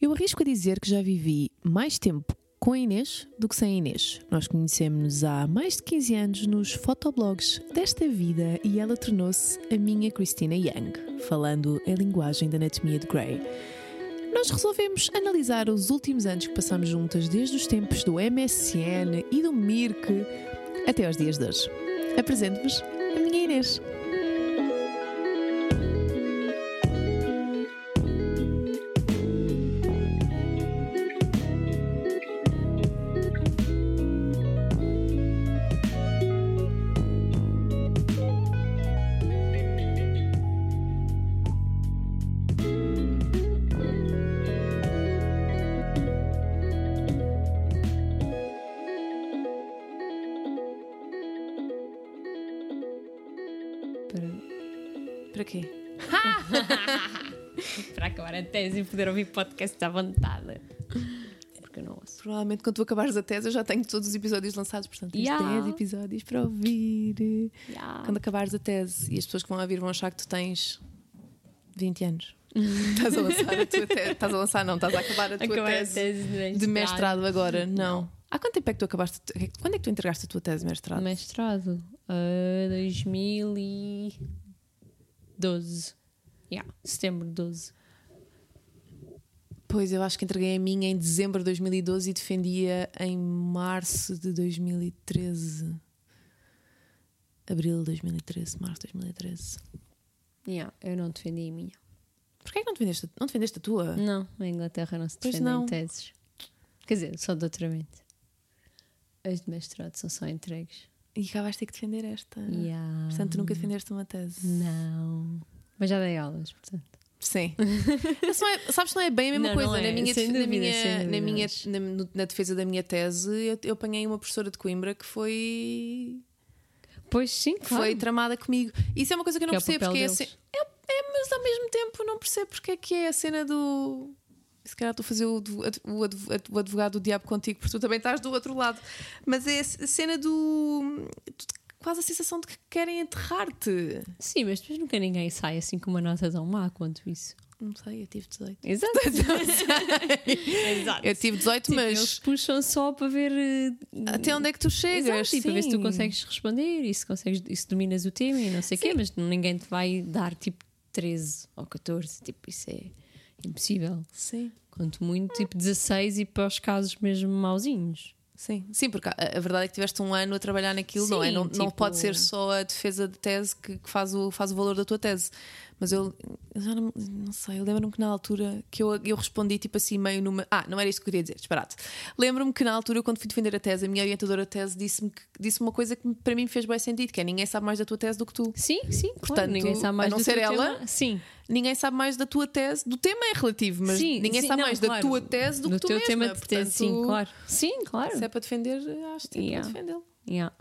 Eu arrisco a dizer que já vivi mais tempo com a Inês do que sem a Inês. Nós conhecemos-nos há mais de 15 anos nos fotoblogs desta vida e ela tornou-se a minha Christina Young, falando a linguagem da anatomia de Grey. Nós resolvemos analisar os últimos anos que passamos juntas, desde os tempos do MSN e do Mirk até aos dias de hoje. Apresento-vos a minha Inês. Para quê? Para acabar a tese e poder ouvir podcast à vontade. Porque eu não ouço. Provavelmente quando tu acabares a tese eu já tenho todos os episódios lançados, portanto tens Yeah. 10 episódios para ouvir. Yeah. Quando acabares a tese e as pessoas que vão ouvir vão achar que tu tens 20 anos. estás a lançar a tua tese. Estás a lançar, não, estás a acabar a tua Acabar tese, a tese de mestrado. de mestrado agora. Não. Há quanto tempo é que tu acabaste? Quando é que tu entregaste a tua tese de mestrado? Mestrado. Ah, 2012. Yeah. Setembro de 12. Pois eu acho que entreguei a minha em dezembro de 2012 e defendia em março de 2013. Abril de 2013, março de 2013. Yeah, eu não defendi a minha. Porquê é que não te vendeste, não te vendeste a tua? Não, na Inglaterra não se Pois defendem não. teses. Quer dizer, só de doutoramento. As de mestrado são só entregues. E cá vais ter que defender esta. Ah. Yeah. Portanto, tu nunca defendeste uma tese. Não. Mas já dei aulas, portanto. Sim. Mas não é- sabes que não é bem a mesma Não, coisa. não é. Na minha, Sem def- na dúvida, minha- sem dúvida, na minha- mas- na- no- na defesa da minha tese, eu, eu apanhei uma professora de Coimbra que foi Pois sim, que claro. foi tramada comigo. Isso é uma coisa que eu Que não é o percebo, papel porque é, deles. assim- é, é, mas ao mesmo tempo não percebo porque é que é a cena do. Se calhar estou a fazer o, advo- ad- o advo- ad- o advogado do diabo contigo, porque tu também estás do outro lado. Mas é a c- a cena do. tu- quase a sensação de que querem enterrar-te. Sim, mas depois nunca ninguém sai assim com uma nota tão má quanto isso. Não sei, eu tive 18. Exato. Exato. Eu tive 18, Tipo, Eles mas puxam só para ver. eh, até onde é que tu chegas? Exato, tipo, e para ver se tu Sim. consegues responder e se, consegues, e se dominas o tema e não sei o quê, mas ninguém te vai dar tipo 13 ou 14. Tipo, isso é impossível. Sim. Quanto muito, tipo 16 e para os casos mesmo mauzinhos. Sim, sim, porque a, a verdade é que tiveste um ano a trabalhar naquilo, não é? Sim, Não, não tipo- pode ser só a defesa de tese que, que faz, o, faz o valor da tua tese. Mas eu, eu já não, não sei, eu lembro-me que na altura que eu, eu respondi tipo assim, meio numa. Ah, não era isto que eu queria dizer, disparate. Lembro-me que na altura, quando fui defender a tese, a minha orientadora de tese disse-me que- disse uma coisa que para mim me fez bem sentido: que é ninguém sabe mais da tua tese do que tu. Sim, sim, claro. Portanto, ninguém sabe mais a não do ser teu ela, tema. Sim, Ninguém sabe mais da tua tese, do tema é relativo, mas sim, ninguém sim, sabe não, mais da claro. tua tese do, que tu teu mesma. tema de tese, sim, Portanto, claro. Sim, claro. Se é para defender, acho que é Yeah. para defendê-lo. Yeah.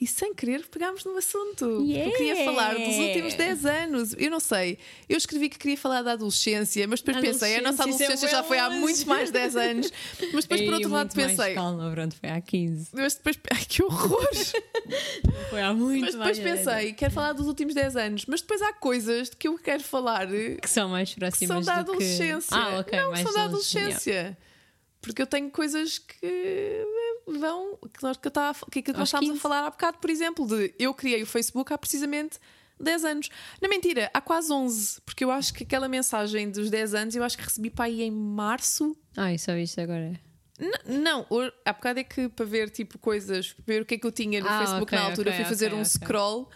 E sem querer pegámos no assunto. Yeah! Eu queria falar dos últimos 10 anos. Eu não sei. Eu escrevi que queria falar da adolescência, mas depois A pensei, a nossa adolescência adolescência é já bué foi há longe. muito mais 10 anos. Mas depois, por E outro lado, muito mais pensei. Calma, pronto, foi há 15. Mas depois. Ai, que horror! Foi há muito mas depois mais pensei, quero falar dos últimos 10 anos, mas depois há coisas de que eu quero falar eh, Que são mais que próximas são da do adolescência. Que... Ah, ok, não, que mais são da longe, yeah. adolescência. Porque eu tenho coisas que vão. que nós, que eu tava, a fa- que, que nós Aos estávamos a 15. falar há bocado, por exemplo, de eu criei o Facebook há precisamente 10 anos. Não, mentira, há quase 11, porque eu acho que aquela mensagem dos 10 anos eu acho que recebi para aí em março. Ai, Ah, só isto agora. N- não, o- há bocado é que para ver tipo coisas, para ver o que é que eu tinha no Ah, Facebook ok, na altura, ok, fui fazer ok, um ok. scroll.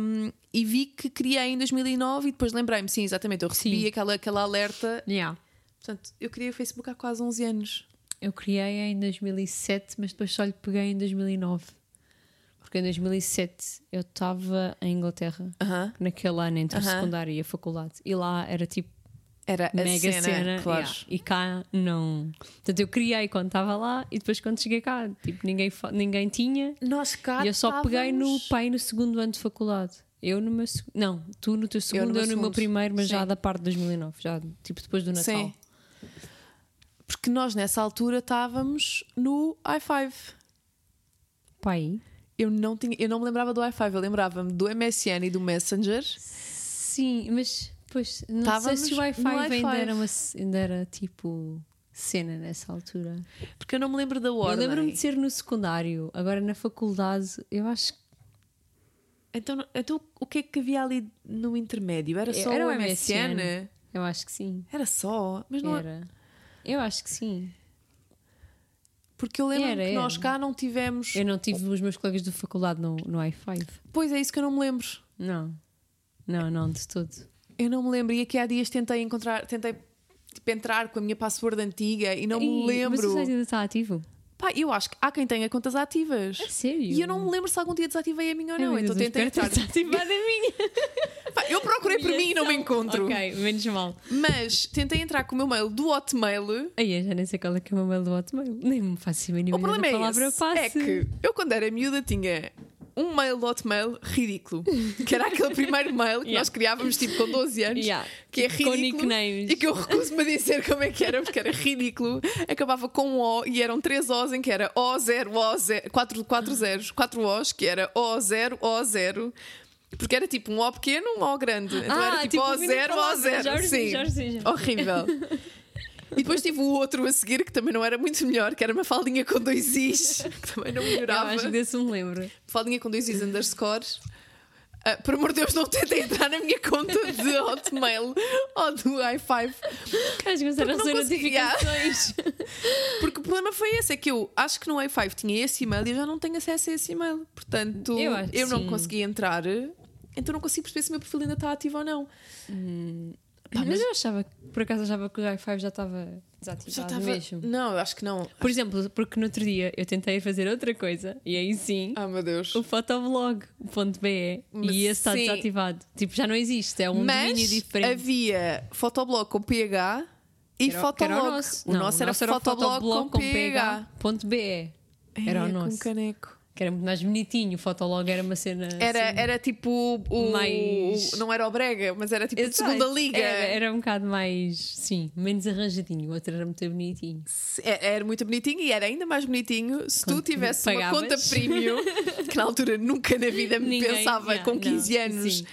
um, e vi que criei em 2009 e depois lembrei-me, sim, exatamente, eu recebi Sim. aquela, aquela alerta Yeah. Portanto, eu criei o Facebook há quase 11 anos. Eu criei em 2007, mas depois só lhe peguei em 2009. Porque em 2007 eu estava em Inglaterra, Aham. naquele ano entre Aham. o secundário e a faculdade. E lá era tipo Era a mega cena, claro. yeah. e cá não. Portanto, eu criei quando estava lá e depois quando cheguei cá, tipo, ninguém, fa- ninguém tinha. Nós cá E eu só peguei no estávamos- pai no segundo ano de faculdade. Eu no meu seg- Não, tu no teu segundo, eu no no, meu meu segundo. primeiro, mas já Sim. da parte de 2009, já tipo depois do Natal. Sim. Porque nós nessa altura estávamos no i5. Pai? Eu não, tinha, eu não me lembrava do i5, eu lembrava-me do MSN e do Messenger. Sim, mas Pois, não Estávamos sei se o no Wi-Fi, Wi-Fi. Ainda, era uma, c- ainda era tipo cena nessa altura. Porque eu não me lembro da Eu ordem. lembro-me de ser no secundário, agora na faculdade, eu acho que Então, então o que é que havia ali no intermédio? Era só Era o o MSN? MSN. eu acho que sim. Era só, mas não é- Era. Eu acho que sim. Porque eu lembro Era, que nós era. cá não tivemos. Eu não tive os meus colegas da faculdade no, no i5. Pois é, isso que eu não me lembro. Não. Não, não, de todo. Eu não me lembro. E aqui há dias tentei encontrar, tentei tipo, entrar com a minha password antiga e não me Ih, Mas o lembro. site ainda está ativo? Pá, eu acho que há quem tenha contas ativas. A É sério? É E eu não me lembro se algum dia desativei a minha ou Ai, não. meu então Deus, tentei eu espero entrar. ter desativado a minha. Pá, eu procurei por mim e não me encontro. Ok, menos mal. Mas tentei entrar com o meu mail do Hotmail. Aí eu já nem sei qual é que é o meu mail do Hotmail. Nem me faço a mínima O problema ideia da é, palavra esse, passe. é que eu quando era miúda tinha um mail do Hotmail ridículo. Que era aquele primeiro mail que Yeah. nós criávamos tipo com 12 anos. Yeah. Que é Com ridículo. nicknames. E que eu recuso-me a dizer como é que era, porque era ridículo. Acabava com um O e eram três O's em que era O0, O0, 4, 4 zeros, 4 O's, que era O0, O0. Porque era tipo um O pequeno, um O grande. Então Ah, era tipo, tipo, ouvindo O0, falar, O0. já percebi, Sim. já percebi, já. Horrível. E depois tive o outro a seguir que também não era muito melhor, que era uma faldinha com dois Is, que também não Eu melhorava. acho que desse me lembro. Faldinha com dois Is underscores. Ah, por amor de Deus, não tentem entrar na minha conta de Hotmail ou do i5 Acho que eram não só conseguia. notificações. Porque o problema foi esse, é que eu acho que no i5 tinha esse e-mail e eu já não tenho acesso a esse e-mail. Portanto, Eu acho que não sim. consegui entrar, então não consigo perceber se o meu perfil ainda está ativo ou não. Pá, mas, eu achava, que- por acaso achava que o i5 já estava desativado Já estava. mesmo. Não, eu acho que não. Por exemplo, porque no outro dia eu tentei fazer outra coisa e aí sim Ah, meu Deus. o fotoblog.be Mas e esse está sim. desativado. Tipo, já não existe, é um domínio Mas diferente. havia fotoblog com PH e Que era- que era fotoblog. o nosso, Não, era fotoblog, com, PH. fotoblog.be. Era o Ai, é com nosso. caneco. Que era muito mais bonitinho, o fotolog era uma cena. Era, assim. era tipo o, Mais- o- Não era o Brega, mas era tipo de Exato. segunda liga. Era, era um bocado mais, sim, menos arranjadinho. O outro era muito bonitinho. Se- é- Era muito bonitinho e era ainda mais bonitinho se Quando tu tivesse pagavas. uma conta premium, que na altura nunca na vida me Ninguém- pensava yeah, com 15 não, anos. sim.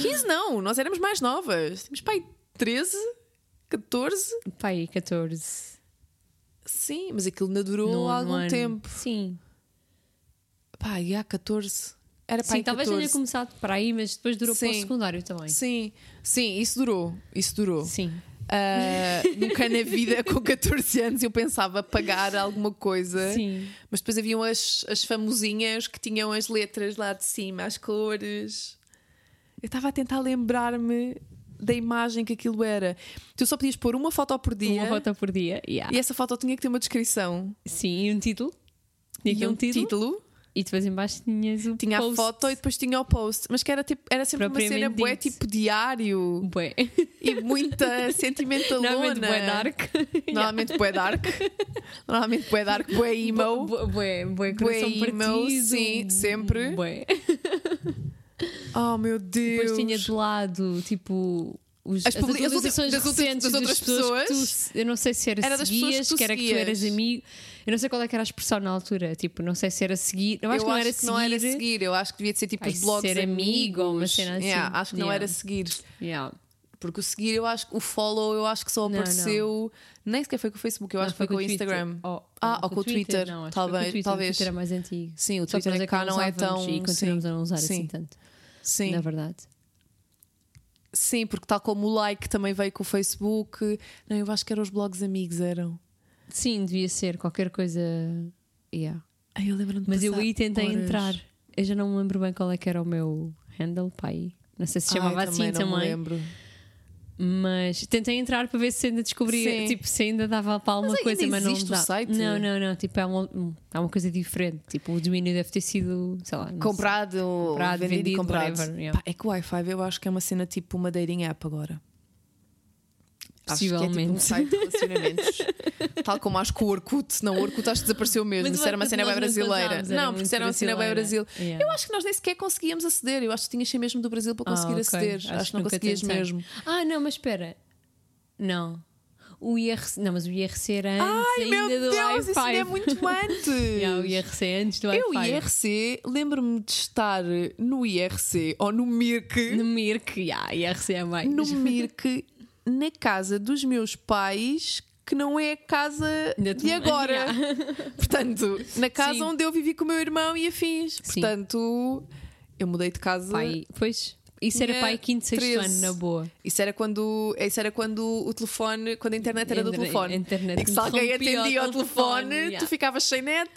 15 não, nós éramos mais novas. Tínhamos pai 13, 14. Pai, 14. Sim, mas aquilo ainda durou nono algum ano. tempo. Sim. Pá, e há 14. Era pá, Sim, aí talvez 14. tenha começado por aí, mas depois durou para o Sim. secundário também. Sim, sim, isso durou. Isso durou. Sim. Ah, nunca na vida, com 14 anos, eu pensava pagar alguma coisa. Sim. Mas depois haviam as, as famosinhas que tinham as letras lá de cima, as cores. Eu estava a tentar lembrar-me da imagem que aquilo era. Tu só podias pôr uma foto por dia Uma foto por dia. yeah. e essa foto tinha que ter uma descrição. Sim, e um título. Tinha que ter e um, título. título. E depois em baixo tinhas o Tinha post. a foto e depois tinha o post. Mas que era, tipo, era sempre uma cena Propriamente bué, dito. tipo diário. Bué. e muita sentimentalona. Normalmente bué dark. Normalmente bué dark. Normalmente bué dark, bué emo. Bu- Bué, bué, coração Bué emo, partido. sim, sempre. Bué. Oh meu Deus. Depois tinha de lado, tipo, os, As as, publi- as atualizações outras- das outras- recentes das outras que tu pessoas. se- eu não sei se era, Era das pessoas seguias, que que, tu era que tu eras seguias. amigo. Eu não sei qual é que era a expressão na altura. Tipo, não sei se era seguir. Eu acho que não era seguir. não era seguir. Eu acho que devia de ser tipo Ai, os blogs ser amigo, ou uma amigos. cena assim. Yeah, acho que não Yeah. era seguir. Yeah. Porque o seguir, eu acho que o follow, eu acho que só não. apareceu. Nem sequer foi com o Facebook, eu Não, acho que foi, com o Twitter. Instagram. Ou- Ah, ou com o Twitter, Não, acho talvez- que foi com o Twitter. talvez. O Twitter é mais antigo. Sim, o Só que nós Twitter é que cá não é usávamos tão. E continuamos sim. a não usar sim. assim tanto, Sim. na verdade. Sim, porque tal como o like também veio com o Facebook. Não, eu acho que eram os blogs amigos, eram. Sim, devia ser qualquer coisa. Yeah. Ai, eu lembro-me de Mas eu passar aí tentei horas. entrar. Eu já não me lembro bem qual é que era o meu handle, pai. Não sei se chamava Ai, assim Não me também. lembro. Mas tentei entrar para ver se ainda descobria, Sim. tipo, se ainda dava para alguma ainda coisa, mas não existe o dá. site? Não, não, não, tipo, é uma, é uma coisa diferente. Tipo, o domínio deve ter sido, sei lá, não Comprado, Comprado, vendido, e vendido, comprado. whatever, yeah. Pá, é que o i5 eu acho que é uma cena tipo uma dating app agora. Acho que é tipo um Possivelmente. site de relacionamentos. Tal como acho que o Orkut, não, o Orkut acho que desapareceu mesmo. Mas o Isso era uma Orkut cena nós bem não brasileira. usámos, era Não, porque isso muito era uma cena bem brasileira. Brasil. Yeah. Eu acho que nós nem sequer conseguíamos aceder. Eu acho que tinhas de ser mesmo do Brasil para Ah, conseguir ok. aceder. Acho, que não nunca conseguias tentei. mesmo. Ah, não, mas espera. Não. o IRC. Não, mas o IRC era antes Ai, ainda meu do Deus, isso ainda é i5. muito antes. Yeah, o IRC é antes do Eu, i5. IRC, lembro-me de estar no IRC ou no MIRC, No Mirk, yeah, IRC é mais. no MIRC, na casa dos meus pais, que não é a casa Da tua de mãe, agora. Portanto, na casa Sim. onde eu vivi com o meu irmão e afins. Sim. Portanto, eu mudei de casa. Pai, pois, isso era Tinha pai quinto, sexto 13. ano, na boa. Isso era quando isso era quando o telefone, quando a internet era do Entre- telefone. internet e que se alguém interrompia o atendia ao telefone, telefone, yeah. tu ficavas sem net.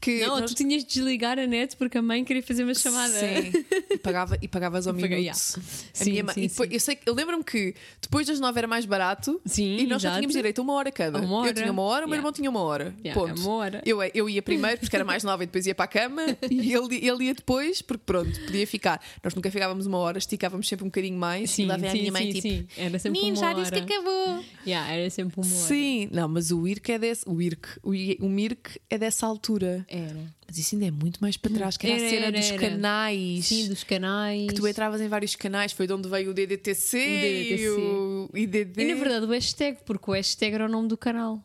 Que Não, nós- tu tinhas de desligar a net porque a mãe queria fazer uma chamada. Sim. E, pagava, e pagavas ao Paga- minuto. yeah. A Sim, minha mãe- sim, e depois- sim. eu sei que- eu lembro-me que depois das nove era mais barato Sim, e nós só exato. tínhamos direito a uma hora cada. Uma hora. Eu tinha uma hora, o meu Yeah. irmão tinha uma hora. Yeah, é ponto. uma hora. Eu, eu ia primeiro porque era mais nova e depois ia para a cama e ele, ele ia depois porque pronto, podia ficar. Nós nunca ficávamos uma hora, esticávamos sempre um bocadinho mais. Sim, e lá vem sim, a minha mãe sim, tipo. sim. Era sempre "Menino, uma já disse que é hora." acabou. Yeah, era sempre uma hora. Sim, não, mas o IRC é desse. O IRC, o, I- o MIRC é dessa altura. Era. Mas isso ainda é muito mais para trás, que era, Era, a cena era, dos era. canais. Sim, dos canais. Que tu entravas em vários canais, foi de onde veio o DDTC, O DDTC. e o IDD. E na verdade o hashtag, porque o hashtag era o nome do canal.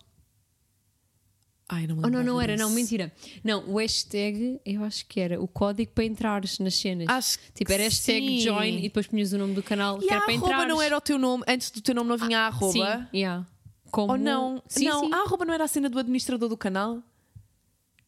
Ai, não me Oh, não, não lembrava era, não, disso. mentira. Não, o hashtag, eu acho que era o código para entrares nas cenas. Acho tipo, era que hashtag Ah, sim. join e depois punhas o nome do canal E que a era para arroba entrar. não era o teu nome, antes do teu nome não vinha a Sim, arroba. yeah. Como... Ou não? Sim, não, Ah, sim. a arroba não era a cena do administrador do canal?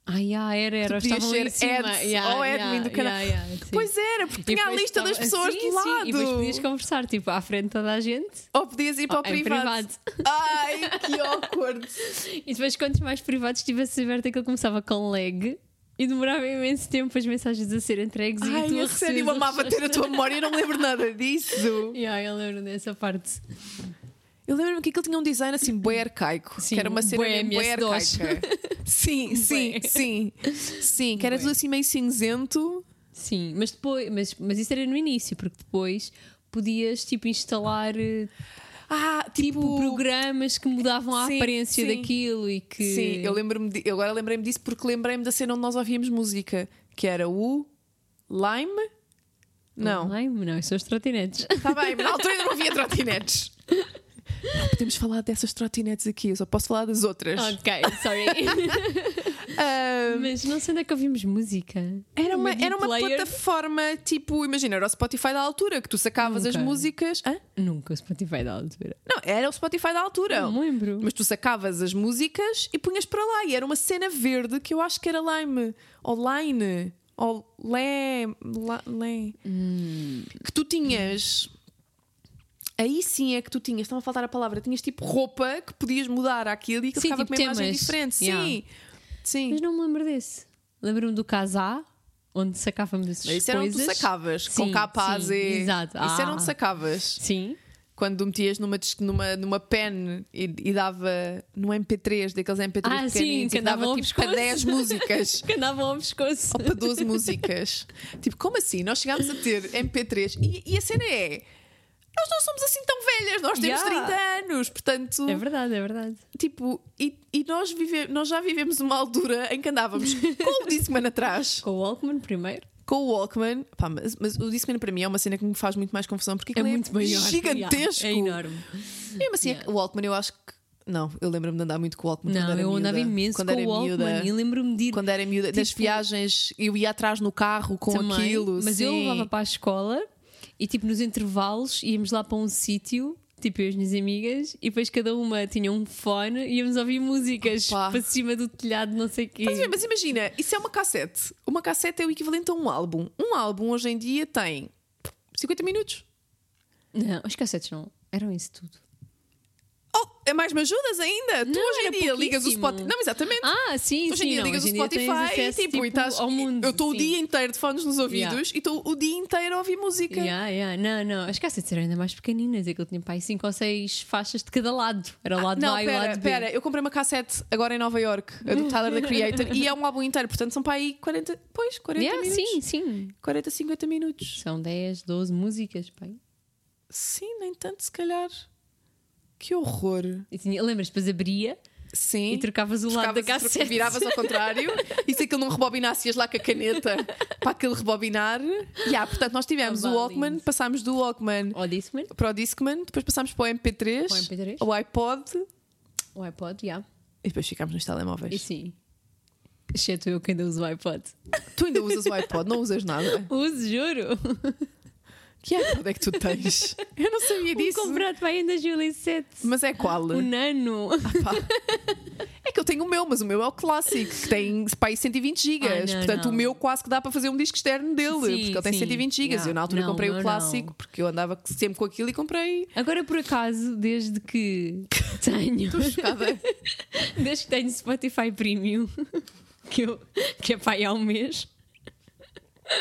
Ah, yeah, era, era. Tu podias Estavam ali em ser cima. ads Yeah, ou yeah, admin do canal. yeah, yeah, sim. Pois era, porque E tinha a depois lista das estava- pessoas sim, do sim, lado. E depois podias conversar, tipo, à frente de toda a gente. Ou podias ir para o Oh, em privado. Ai, que awkward. E depois, quantos mais privados tivesse aberto, aquilo começava com lag e demorava imenso tempo as mensagens a ser entregues e Ai, tu a a sério, receberes eu a amava ter a tua memória, eu não me lembro nada disso. Yeah, eu lembro dessa parte. Eu lembro-me que aquilo tinha um design assim bué arcaico, Sim, que era uma cena bué mesmo bué MS-DOS. arcaica. Sim, sim, Bué. sim. Sim, que era Bué. tudo assim meio cinzento. Sim, mas depois, mas, mas isso era no início, porque depois podias tipo instalar eh, Ah, tipo tipo, programas que mudavam a Sim, aparência sim. daquilo e que Sim, eu lembro-me, de- eu agora lembrei-me disso porque lembrei-me da cena onde nós ouvíamos música, que era o Lime? Não. Ai, não, isso são os trotinetes. Está bem, mas na altura eu não havia trotinetes. Não podemos falar dessas trotinetes aqui, eu só posso falar das outras. ok, sorry. Ah, mas não sei onde é que ouvimos música. Era uma, era uma player? plataforma tipo, imagina, era o Spotify da altura, que tu sacavas as Nunca. músicas. Hã? Nunca o Spotify da altura. Não, era o Spotify da altura. Não me lembro. Mas tu sacavas as músicas e punhas para lá. E era uma cena verde que eu acho que era Lime. Ou Line. Ou Lem. La- Lem. Hum. Que tu tinhas. Aí sim é que tu tinhas, estava a faltar a palavra, tinhas tipo roupa que podias mudar aquilo e que Sim, ficava tipo com uma imagem temas. diferente. Yeah. Sim. Sim. Mas não me lembro desse. Lembro-me do casá, onde sacávamos essas Isso era onde coisas. tu sacavas, Sim, com capaz sim, e. exato. Isso era onde Ah. sacavas. Sim. Quando metias numa, dis- numa, numa pen e, e dava num MP3, daqueles MP3 Ah, sim, pequeninos, que e que dava andavam ao tipo para pescoço. 10 músicas Que andavam ao pescoço. ou para 12 músicas. Tipo, como assim? Nós chegámos a ter MP3 e, e a cena é. Nós não somos assim tão velhas, nós temos Yeah. 30 anos, portanto, É verdade, é verdade. tipo, e, e nós, vive, nós já vivemos uma altura em que andávamos com o Discman atrás, Com o Walkman primeiro. com o Walkman, pá, mas, mas o Discman para mim é uma cena que me faz muito mais confusão porque É aquilo muito maior. gigantesco. É enorme. Mesmo assim, o Walkman eu acho que. Não, eu lembro-me de andar muito com o Walkman. quando Não, era eu andava miúda. imenso quando com era o Walkman. miúda. E lembro-me de ir Quando era miúda, nas Tipo- viagens, eu ia atrás no carro com também, aquilo. mas eu sim. levava para a escola e tipo nos intervalos íamos lá para um sítio, tipo eu e as minhas amigas, e depois cada uma tinha um fone e íamos ouvir músicas Opa. para cima do telhado, não sei o quê. Estás a ver? Mas imagina, isso é uma cassete. Uma cassete é o equivalente a um álbum. Um álbum hoje em dia tem 50 minutos. Não, os cassetes não. Eram isso tudo. Oh, é mais me ajudas ainda? tu Não, hoje em era dia ligas o pouquíssimo. Spotify. Não, exatamente. Ah, sim, Hoje sim. em dia não, ligas o hoje em dia tens Spotify e acesso, tipo, e estás, ao mundo. eu estou o Ah, sim. dia inteiro de fones nos ouvidos Yeah. e estou o dia inteiro a ouvir música. Yeah, yeah. Não, não, as cassetes eram ainda mais pequeninas. Aquilo tinha para aí 5 ou 6 faixas de cada lado. Era o lado Ah, Não, A e o pera, lado B. pera, é eu comprei uma cassete agora em Nova York, a do Tyler the Creator, e é um álbum inteiro, portanto são para aí 40, pois, 40 Yeah, minutos. sim, sim. 40, 50 minutos. São 10, 12 músicas. Pai. Sim, nem tanto, se calhar. Que horror. E tinha, lembras, depois abria Sim. E trocavas o lado da Trocavas- cassete. Viravas ao contrário e se aquilo não rebobinasse, ias lá com a caneta para aquilo rebobinar. Yeah, portanto, nós tivemos Ah, o vá, Walkman, lindo. passámos do Walkman Ou Discman, para o Discman, depois passámos para o MP3, Para o MP3. o iPod o iPod, já. e depois ficámos nos telemóveis. E sim. Exceto eu que ainda uso o iPod. Tu ainda usas o iPod, não usas nada. Uso, juro. Que iPod é que tu tens? Eu não sabia Um disso. comprado para ainda Julie 7. Mas é qual? O Nano. Pá. É que eu tenho o meu, mas o meu é o clássico, que tem pá, aí 120 Ah, gigas. não, Portanto, o não. meu quase que dá para fazer um disco externo dele, Sim, porque ele tem sim, 120 gigas. yeah. Eu na altura Não, comprei o o meu clássico, não. porque eu andava sempre com aquilo e comprei. Agora, por acaso, desde que tenho. Estou chocada. Desde que tenho Spotify Premium, que, eu, que é para aí há um mês.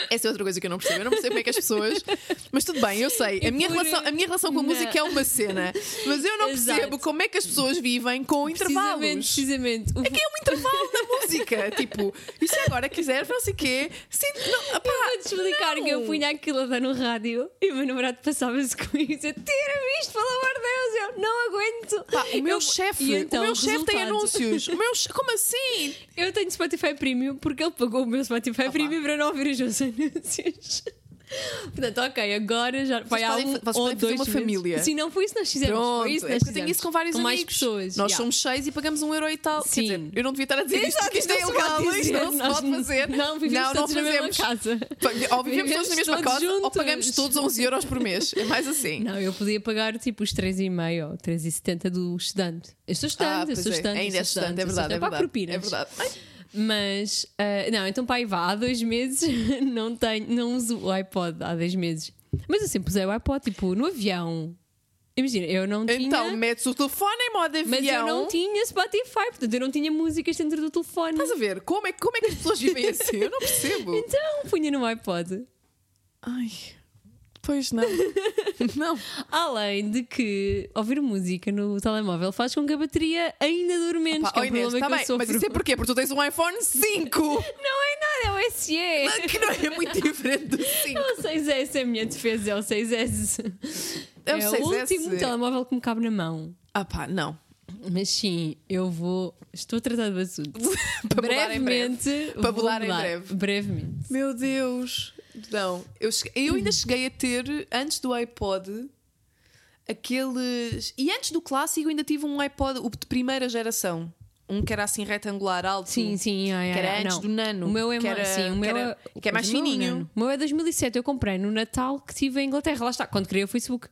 Essa é outra coisa que eu não percebo. Eu não percebo como é que as pessoas. Mas tudo bem, eu sei. A E minha, por- relação, a minha relação com a Não. música é uma cena, mas eu não Exato. percebo como é que as pessoas vivem com intervalos. Precisamente, precisamente. O- É que é um intervalo na música. Tipo, e se agora quiser, não sei o quê. Sim, não, pá, Vou-te explicar que eu Ah, não. punha aquilo a dar no rádio e o meu namorado passava-se com isso. Eu, Tira-me isto, pelo amor de Deus, eu não aguento. Pá, o meu Eu- chefe, e então, o meu chefe tem resultado. anúncios. O meu che- como assim? Eu tenho Spotify Premium porque ele pagou o meu Spotify Premium para não ouvir os meus anúncios. Portanto, ok, agora já vai há podem um fa- vocês ou podem fazer dois uma meses. família. Sim, não foi isso que nós fizemos. Pronto, foi isso que é nós que eu tenho fizemos. isso com vários com mais amigos. pessoas. Nós já. somos seis e pagamos um euro e tal. Sim. Quer dizer, eu não devia estar a dizer isto, Exato, porque isto é não se pode ilegal, isto dizer, não se nós pode fazer. Não, vivemos Não, não todos na mesma fazemos. casa. Pa- Ou vivemos todos na Vivemos mesma todos casa, ou juntos. pagamos todos 11 euros por mês. É mais assim. Não, eu podia pagar tipo os 3,5 ou 3,70 do estudante. Eu sou Ah, estudante, eu pois sou é. estudante. Ainda eu é sou estudante, é eu sou verdade, é Pá, verdade. propinas. É verdade. Ai, Mas, ah, não, então pai, vá, há dois meses não tenho, não uso o iPod há dois meses. Mas eu sempre usei o iPod, tipo, no avião. Imagina, eu não tinha. Então, metes o telefone em modo avião. mas eu não tinha Spotify, portanto eu não tinha músicas dentro do telefone. Estás a ver? Como é, como é que as pessoas vivem assim? Eu não percebo. Então punha no iPod. Ai, pois não. Não. Além de que ouvir música no telemóvel faz com que a bateria ainda dure menos, Pá, que é oh, um Inês, problema tá que bem, eu sofro. Mas isso é porquê? Porque tu tens um iPhone 5! Não é nada, é o SE. que não é muito diferente do 5. É o 6S, é a minha defesa, é o 6S. É o 6S. último telemóvel que me cabe na mão. Ah pá, não. Mas sim, eu vou. Estou a tratar do assunto. Para mudar em breve. Brevemente. Para vou mudar em breve. Brevemente. Meu Deus. Não, eu, cheguei- eu ainda cheguei a ter, antes do iPod, aqueles. E antes do clássico, ainda tive um iPod o de primeira geração. Um que era assim retangular alto. Sim, sim, ai, ai, Hum. Que era ai, antes não. do nano. O meu é que mais. era- Sim, o meu que era- é, que é mais o meu fininho. nano. O meu é 2007. Eu comprei no Natal que tive em Inglaterra. Lá está, quando criei o Facebook.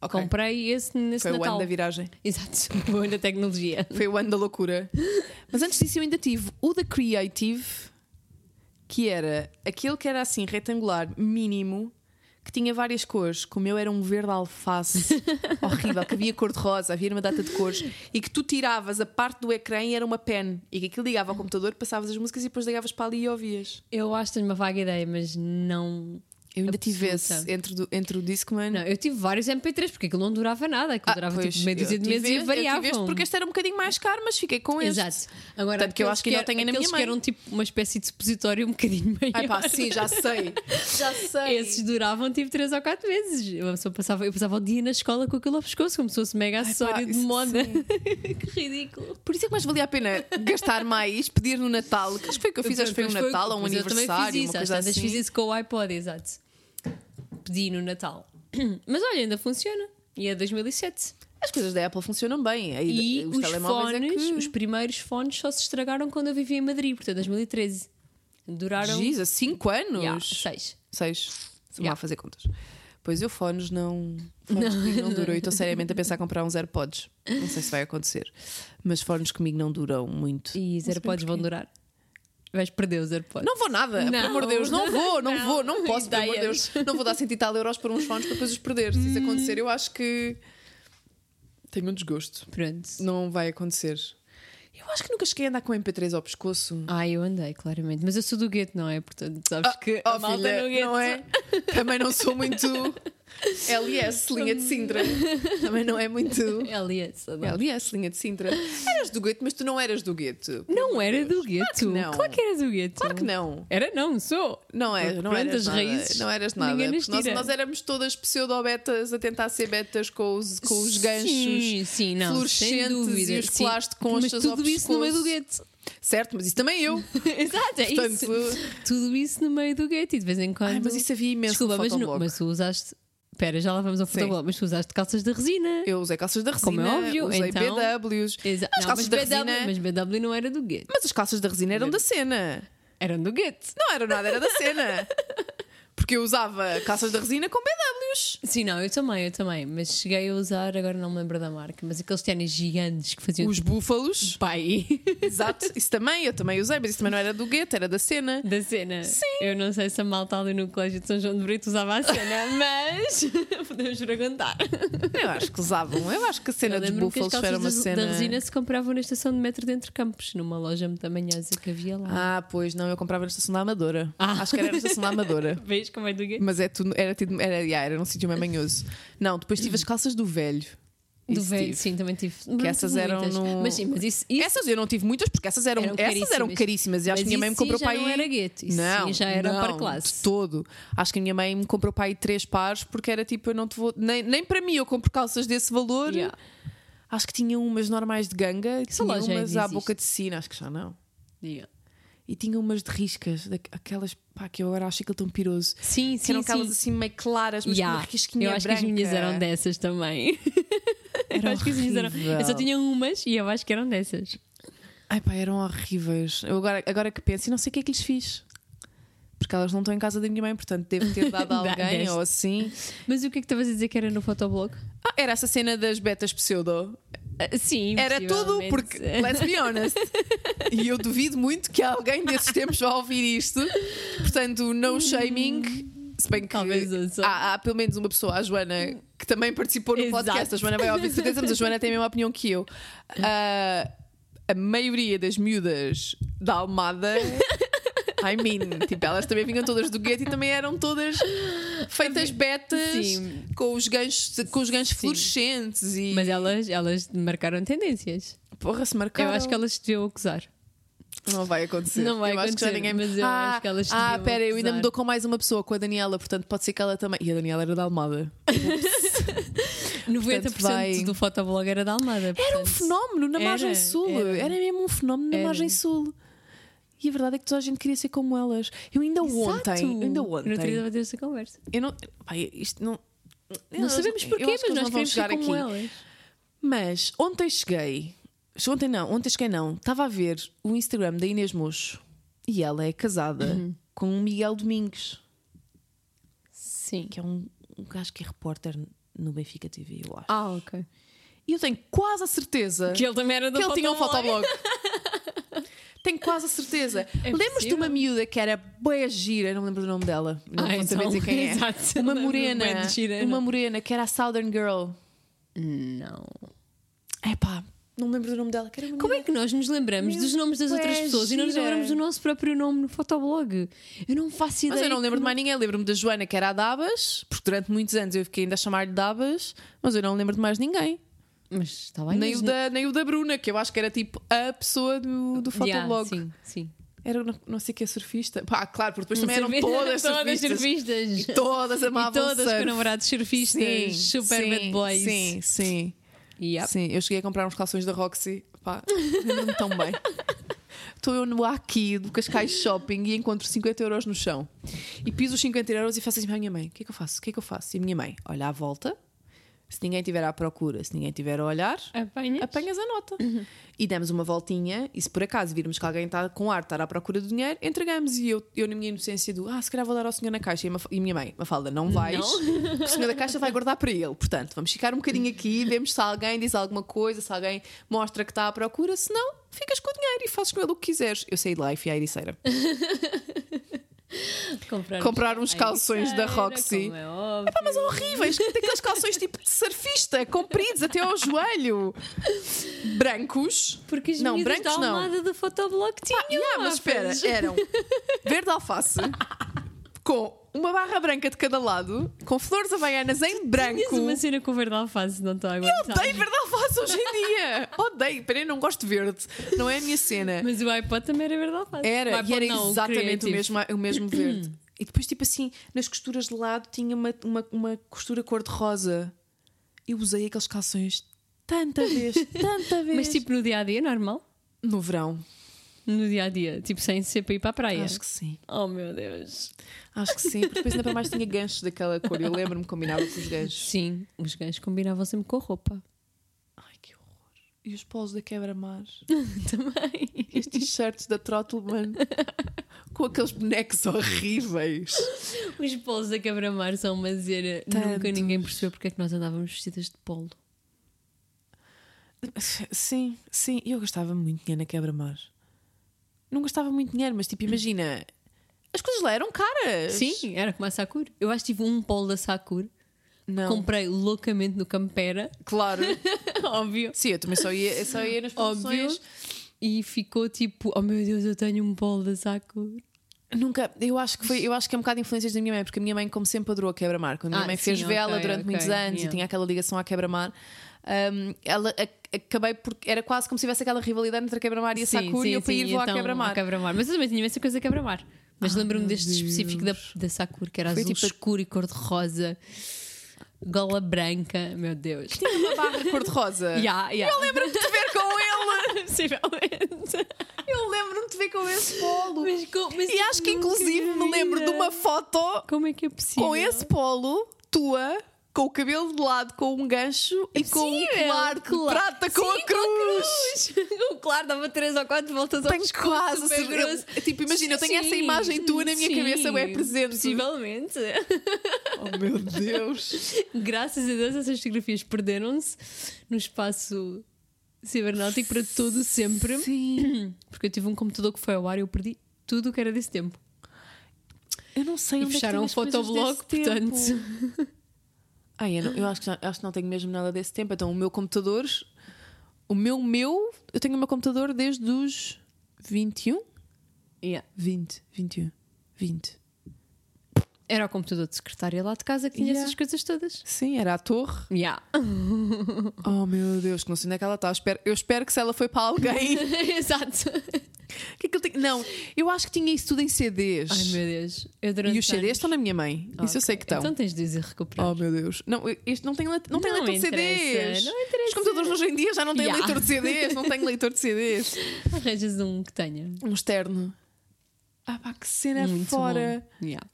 Ok. Comprei esse nesse Foi o Natal. ano da viragem. Exato, o ano da tecnologia. Foi o ano da loucura. Mas antes disso, eu ainda tive o da Creative, que era aquele que era assim, retangular, mínimo, que tinha várias cores. Que o meu era um verde alface horrível, que havia cor-de-rosa, havia uma data de cores, e que tu tiravas a parte do ecrã e era uma pen. E que aquilo ligava ao computador, passavas as músicas e depois ligavas para ali e ouvias. Eu acho que tenho uma vaga ideia, mas não. Eu ainda tive Absoluta. esse entre, do- entre o Discman. Não, eu tive vários MP3, porque aquilo não durava nada, aquilo Ah, durava pois, tipo meia dúzia eu de meses tive e este- eu tive variavam. este porque este era um bocadinho mais caro, mas fiquei com este. Exato. Agora, Tanto que eu aqueles acho que ainda er- tenho na minha aqueles mãe. que eram tipo uma espécie de supositório um bocadinho maior. Ai Ah, pá, sim, já sei. Já sei. Esses duravam tipo 3 ou 4 meses. Eu, só passava, eu passava o dia na escola com aquilo ao pescoço, como se fosse mega acessório de isso- moda. que ridículo. Por isso é que mais valia a pena gastar mais, pedir no Natal. Que acho que foi o que eu fiz, acho que foi um Mas Natal ou um mas Eu também aniversário, fiz uma isso, às coisa tantas assim. fiz isso com o iPod, exato. Pedi no Natal. Mas olha, ainda funciona. E é 2007. As coisas da Apple funcionam bem. A E ide- os, telemóveis fones, é que... os primeiros fones só se estragaram quando eu vivia em Madrid, portanto, 2013. Duraram. Giz, há 5 anos? Yeah, seis. Seis. Se Yeah. mal fazer contas. Pois eu fones não. Fones comigo não duram. Eu estou seriamente a pensar em comprar uns AirPods. Não sei se vai acontecer. Mas fones comigo não duram muito. E os Não sei AirPods porquê. vão durar. Vais perder os AirPods. Não vou nada, Não. pelo amor de Deus, não vou, não, Não. vou, não posso, pelo amor de Ideias. Deus. Não vou dar 100 e tal euros por uns fones para depois os perder. Se isso acontecer, eu acho que tenho um desgosto. Pronto. Não vai acontecer. Eu acho que nunca cheguei a andar com o MP3 ao pescoço. Ah, eu andei, claramente. Mas eu sou do gueto, não é? Portanto, sabes que Ah, a oh, malta filha, no gueto. não é? Também não sou muito. LS, linha de Sintra. Também não é muito. Elias, adoro. LS, linha de Sintra. Eras do gueto, mas tu não eras do gueto. Não era do gueto. não. Claro que era do gueto. Claro que não. Era não, sou. Não é, Porque não pronto, eras as nada. raízes, não eras nada. ninguém nos Porque nós, tira. nós éramos todas pseudo-betas a tentar ser betas com os, com os ganchos. Sim, sim, não. fluorescentes sem dúvida. e os sim. colares de conchas Mas ao tudo isso no meio do pescoço. gueto. Certo, mas isso também eu. Exato, é Portanto- isso. Tudo isso no meio do gueto e de vez em quando. Ai, mas isso havia imenso Desculpa, no mas, não, fotoblog. mas tu usaste. Pera, já lá vamos ao Sim. fotoblog, mas tu usaste calças de resina. Eu usei calças da resina, Como é óbvio, usei então- BWs. Exato. As calças Mas, da BW resina- mas BW não era do gueto. Mas as calças da resina eram da cena. Eram do gueto. Não era nada, era da cena. Porque eu usava calças da resina com BWs. Sim, não, eu também, eu também. Mas cheguei a usar, agora não me lembro da marca, mas aqueles ténis gigantes que faziam Os búfalos. pai Exato. Isso também, eu também usei, mas isso também não era do gueto, era da cena. da cena. Sim. Eu não sei se a malta ali no Colégio de São João de Brito usava a cena, mas podemos perguntar. Eu acho que usavam. Eu acho que a cena Eu dos lembro-me que as calças búfalos era uma da- cena. da resina se compravam na estação de metro dentro de Campos, numa loja muito manhosa que havia lá. Ah, pois não, eu comprava na estação da Amadora. Ah. Acho que era na estação da Amadora. Vês como é do quê? Mas é tudo, era, tido- era, yeah, era num sítio meio manhoso. Não, depois Hum. tive as calças do velho. Do Isso velho, tive. sim, também tive. não tive essas eram muitas. no- Mas sim, mas isso. isso Essas eu não tive muitas porque essas eram, Eram essas eram caríssimas e acho mas que minha mãe me isso sim comprou já para aí. não era gueto, isso sim já era não, par classe. De todo. Acho que a minha mãe me comprou para aí três pares porque era tipo, eu não te vou. Nem, nem para mim eu compro calças desse valor. Yeah. Acho que tinha umas normais de ganga, Essa tinha loja é ainda umas à existe? boca de sina, acho que já não. Yeah. E tinha umas de riscas, da- aquelas pá, que eu agora acho que tão piroso. Sim, Que sim, eram aquelas sim. assim meio claras, mas com Yeah. uma risquinha Eu acho branca. que as minhas eram dessas também. eu acho que as minhas eram. Eu só horrível. tinha umas e eu acho que eram dessas. Ai pá, eram horríveis. Eu agora, agora que penso, e não sei o que é que lhes fiz. Porque elas não estão em casa da minha mãe, portanto devo ter dado a Dá- alguém deste. ou assim. Mas o que é que estavas a dizer que era no fotoblog? Ah, era essa cena das betas pseudo. Ah, sim, Era tudo, porque, let's be honest. e eu duvido muito que alguém desses tempos vá ouvir isto. Portanto, no shaming. Se bem que Hum. Talvez ouça. há, há pelo menos uma pessoa, a Joana, que também participou no Exato. podcast. A Joana vai ouvir, de certeza, mas a Joana tem a mesma opinião que eu. Ah, a maioria das miúdas da Almada. I mean, tipo, elas também vinham todas do gueto e também eram todas feitas betas Sim. com os ganchos, com os ganchos Sim. fluorescentes e Mas é- elas, elas marcaram tendências. porra se marcaram. Eu acho que elas deviam acusar. Não vai acontecer. Não vai eu acho que já acontecer, ninguém... mas eu ah, acho que elas Ah, deviam pera, eu ainda acusar. me dou com mais uma pessoa, com a Daniela, portanto pode ser que ela também. E a Daniela era da Almada. Um 90% vai- do fotoblog era da Almada. Era um fenómeno na Era, margem sul. Era, era. mesmo um fenómeno na Era. margem sul. E a verdade é que toda a gente queria ser como elas. Eu ainda ontem, eu ainda ontem. Não teria ter essa conversa. Eu não. Pai, isto não. Não, Eu sabemos eu porquê, acho mas que eles nós não vão queremos ser como elas. Mas ontem cheguei. Ontem não, ontem cheguei não. Estava a ver o Instagram da Inês Mocho e ela é casada Né? Uhum. com o Miguel Domingues, Sim. que é um, um gajo que é repórter no Benfica TV, eu acho. Ah, ok. E eu tenho quase a certeza Que ele também era da que ele tinha um fotoblog. Tenho quase a certeza. É Lembras de possível. uma miúda que era boa gira, não me lembro o nome dela, não Ah, vou saber então, dizer quem é. exato. Uma Lembro-me morena, bem de gira, uma não. morena que era a Southern Girl. Não. Epá, não me lembro do nome dela, que era uma Como é que nós nos lembramos Meu, dos nomes das tu outras és pessoas e não nos gira. lembramos do nosso próprio nome no fotoblog? Eu não faço ideia. Mas é eu não lembro de como- mais ninguém. Lembro-me da Joana, que era a Dabas, porque durante muitos anos eu fiquei ainda a chamar-lhe Dabas, mas eu não lembro de mais ninguém. Mas está bem. nem, mas o da, nem o da Bruna, que eu acho que era tipo a pessoa do, do não- Yeah, fotoblog. Sim, sim. era não, não sei que é surfista. Pá, claro, porque depois também eram Surfi- todas todas surfistas. surfistas. E todas E amavam todas surf. com namorados surfistas, Sim, super sim, bad boys. Sim, sim. Yep. Sim, eu cheguei a comprar uns calções da Roxy. Pá, lembro-me tão bem. Estou eu no aqui do Cascais Shopping e encontro 50 euros no chão. E piso os 50 euros e faço assim à minha mãe: o que é que eu faço? O que é que eu faço? E a minha mãe olha à volta. Se ninguém estiver à procura, se ninguém estiver a olhar, Apanha. apanhas a nota. Uhum. E demos uma voltinha, e se por acaso virmos que alguém está com ar, estar à procura do dinheiro, entregamos. E eu, eu, na minha inocência, do ah, se calhar vou dar ao senhor na caixa. E, a Maf- e a minha mãe, Mafalda, não vais. porque O senhor da caixa vai guardar para ele. Portanto, vamos ficar um bocadinho aqui, vemos se alguém diz alguma coisa, se alguém mostra que está à procura. Se não, ficas com o dinheiro e fazes com ele o que quiseres. Eu saí de lá e fui à Ericeira. Comprar, Comprar uns calções da Roxy. como é óbvio. Epá, mas horríveis, que tem aqueles calções tipo de surfista, compridos até ao joelho. Brancos. Porque as Não, não, brancos, da brancos não. almada do fotoblog tinham. Ah, yeah, lá, mas espera, fez. eram verde alface com uma barra branca de cada lado, com flores havaianas em branco. Tinhas uma cena com verde alface, assim, não estou a aguentar. Odeio verde alface hoje em dia! Odeio! Peraí, não gosto de verde. Não é a minha cena. Mas o iPod também era verde alface. Era, O e iPod era não, o exatamente o, Creative. mesmo, o mesmo verde. E depois, tipo assim, nas costuras de lado tinha uma, uma, uma costura cor-de-rosa. Eu usei aqueles calções tanta vez, tanta vez. Mas tipo no dia a dia, normal? no verão. No dia a dia, tipo sem ser para ir para a praia. Acho que sim. Oh meu Deus. Acho que sim. Porque depois ainda para mais tinha ganchos daquela cor. Eu lembro-me que combinava com os ganchos. Sim, os ganhos combinavam sempre com a roupa. Ai, que horror. E os polos da quebra-mar. Também. E os t-shirts da Trottleman. com aqueles bonecos horríveis. Os polos da Cabramar são uma zera. Nunca Tantos. ninguém percebeu porque é que nós andávamos vestidas de polo. Sim, sim, eu gastava muito dinheiro na quebra-mar. Não gastava muito dinheiro, mas tipo, imagina, as coisas lá eram caras. Sim, era como a Sakur. Eu acho que tive um polo da Sakur. não. Comprei loucamente no Campera, Claro. óbvio. Sim, eu também só ia, eu só ia nas Óbvio. promoções. E ficou tipo, oh meu Deus, eu tenho um polo da Sakur. Nunca, eu acho que foi, eu acho que é um bocado influências da minha mãe, porque a minha mãe, como sempre, adorou a quebra-mar. Quando a minha Ah, mãe fez sim, vela ok, durante ok, muitos anos e yeah. tinha aquela ligação à quebra-mar, hum, ela a- acabei porque era quase como se tivesse aquela rivalidade entre a quebra-mar e a Sakura e eu para ir vou então, à quebra-mar. Quebra-mar. Mas eu também tinha essa coisa quebra-mar. Mas lembro-me deste específico da, da Sakur, que era Foi azul tipo a- escuro e cor-de-rosa, gola branca, meu Deus. Tinha uma barra cor-de-rosa. Yeah, yeah. Eu lembro-me de te ver com ele. Possivelmente. Eu lembro-me de ver com esse polo. Mas, com- mas E acho que nunca inclusive na me lembro de vida. uma foto Como é que é possível? com esse polo, tua, com o cabelo de lado, com um gancho e com um possível, colar de claro. prata com Sim, a cruz. o claro dava três ou quatro voltas ao Tenho pescoço, quase super certeza. grosso. Tipo, imagina, eu tenho essa Sim, imagem tua na minha sim, cabeça, eu é presente. Possivelmente. Oh meu Deus. Graças a Deus essas fotografias perderam-se no espaço cibernáutico para todo sempre. Sim. Porque eu tive um computador que foi ao ar e eu perdi tudo o que era desse tempo. Eu não sei E onde fecharam o é que tenho as fotoblog, coisas desse tempo. portanto. Ai, eu, não- eu acho, que já- acho que não tenho mesmo nada desse tempo. Então, o meu computador, o meu, meu, eu tenho o meu computador desde os 21? Yeah. 20, 21, 20. Era o computador de secretária lá de casa que tinha Yeah. essas coisas todas. Sim, era a torre. Yeah. Oh meu Deus, que não sei onde é que ela está. Eu espero, eu espero que se ela foi para alguém. Exato. que aquilo tem- Não, eu acho que tinha isso tudo em CDs. Ai meu Deus. Eu durante e os CDs estão na minha mãe. anos- Isso eu sei que Ok. estão. Então tens de dizer recuperar. Oh meu Deus. Não, eu- isto não tem, let- Então não tem Não leitor de interessa, CDs. não interessa. Os computadores hoje em dia já não têm Yeah. leitor de CDs. Não têm leitor de CDs. Arranjas um que tenha. Um externo. Ah pá, que cena Muito fora. bom. Yeah.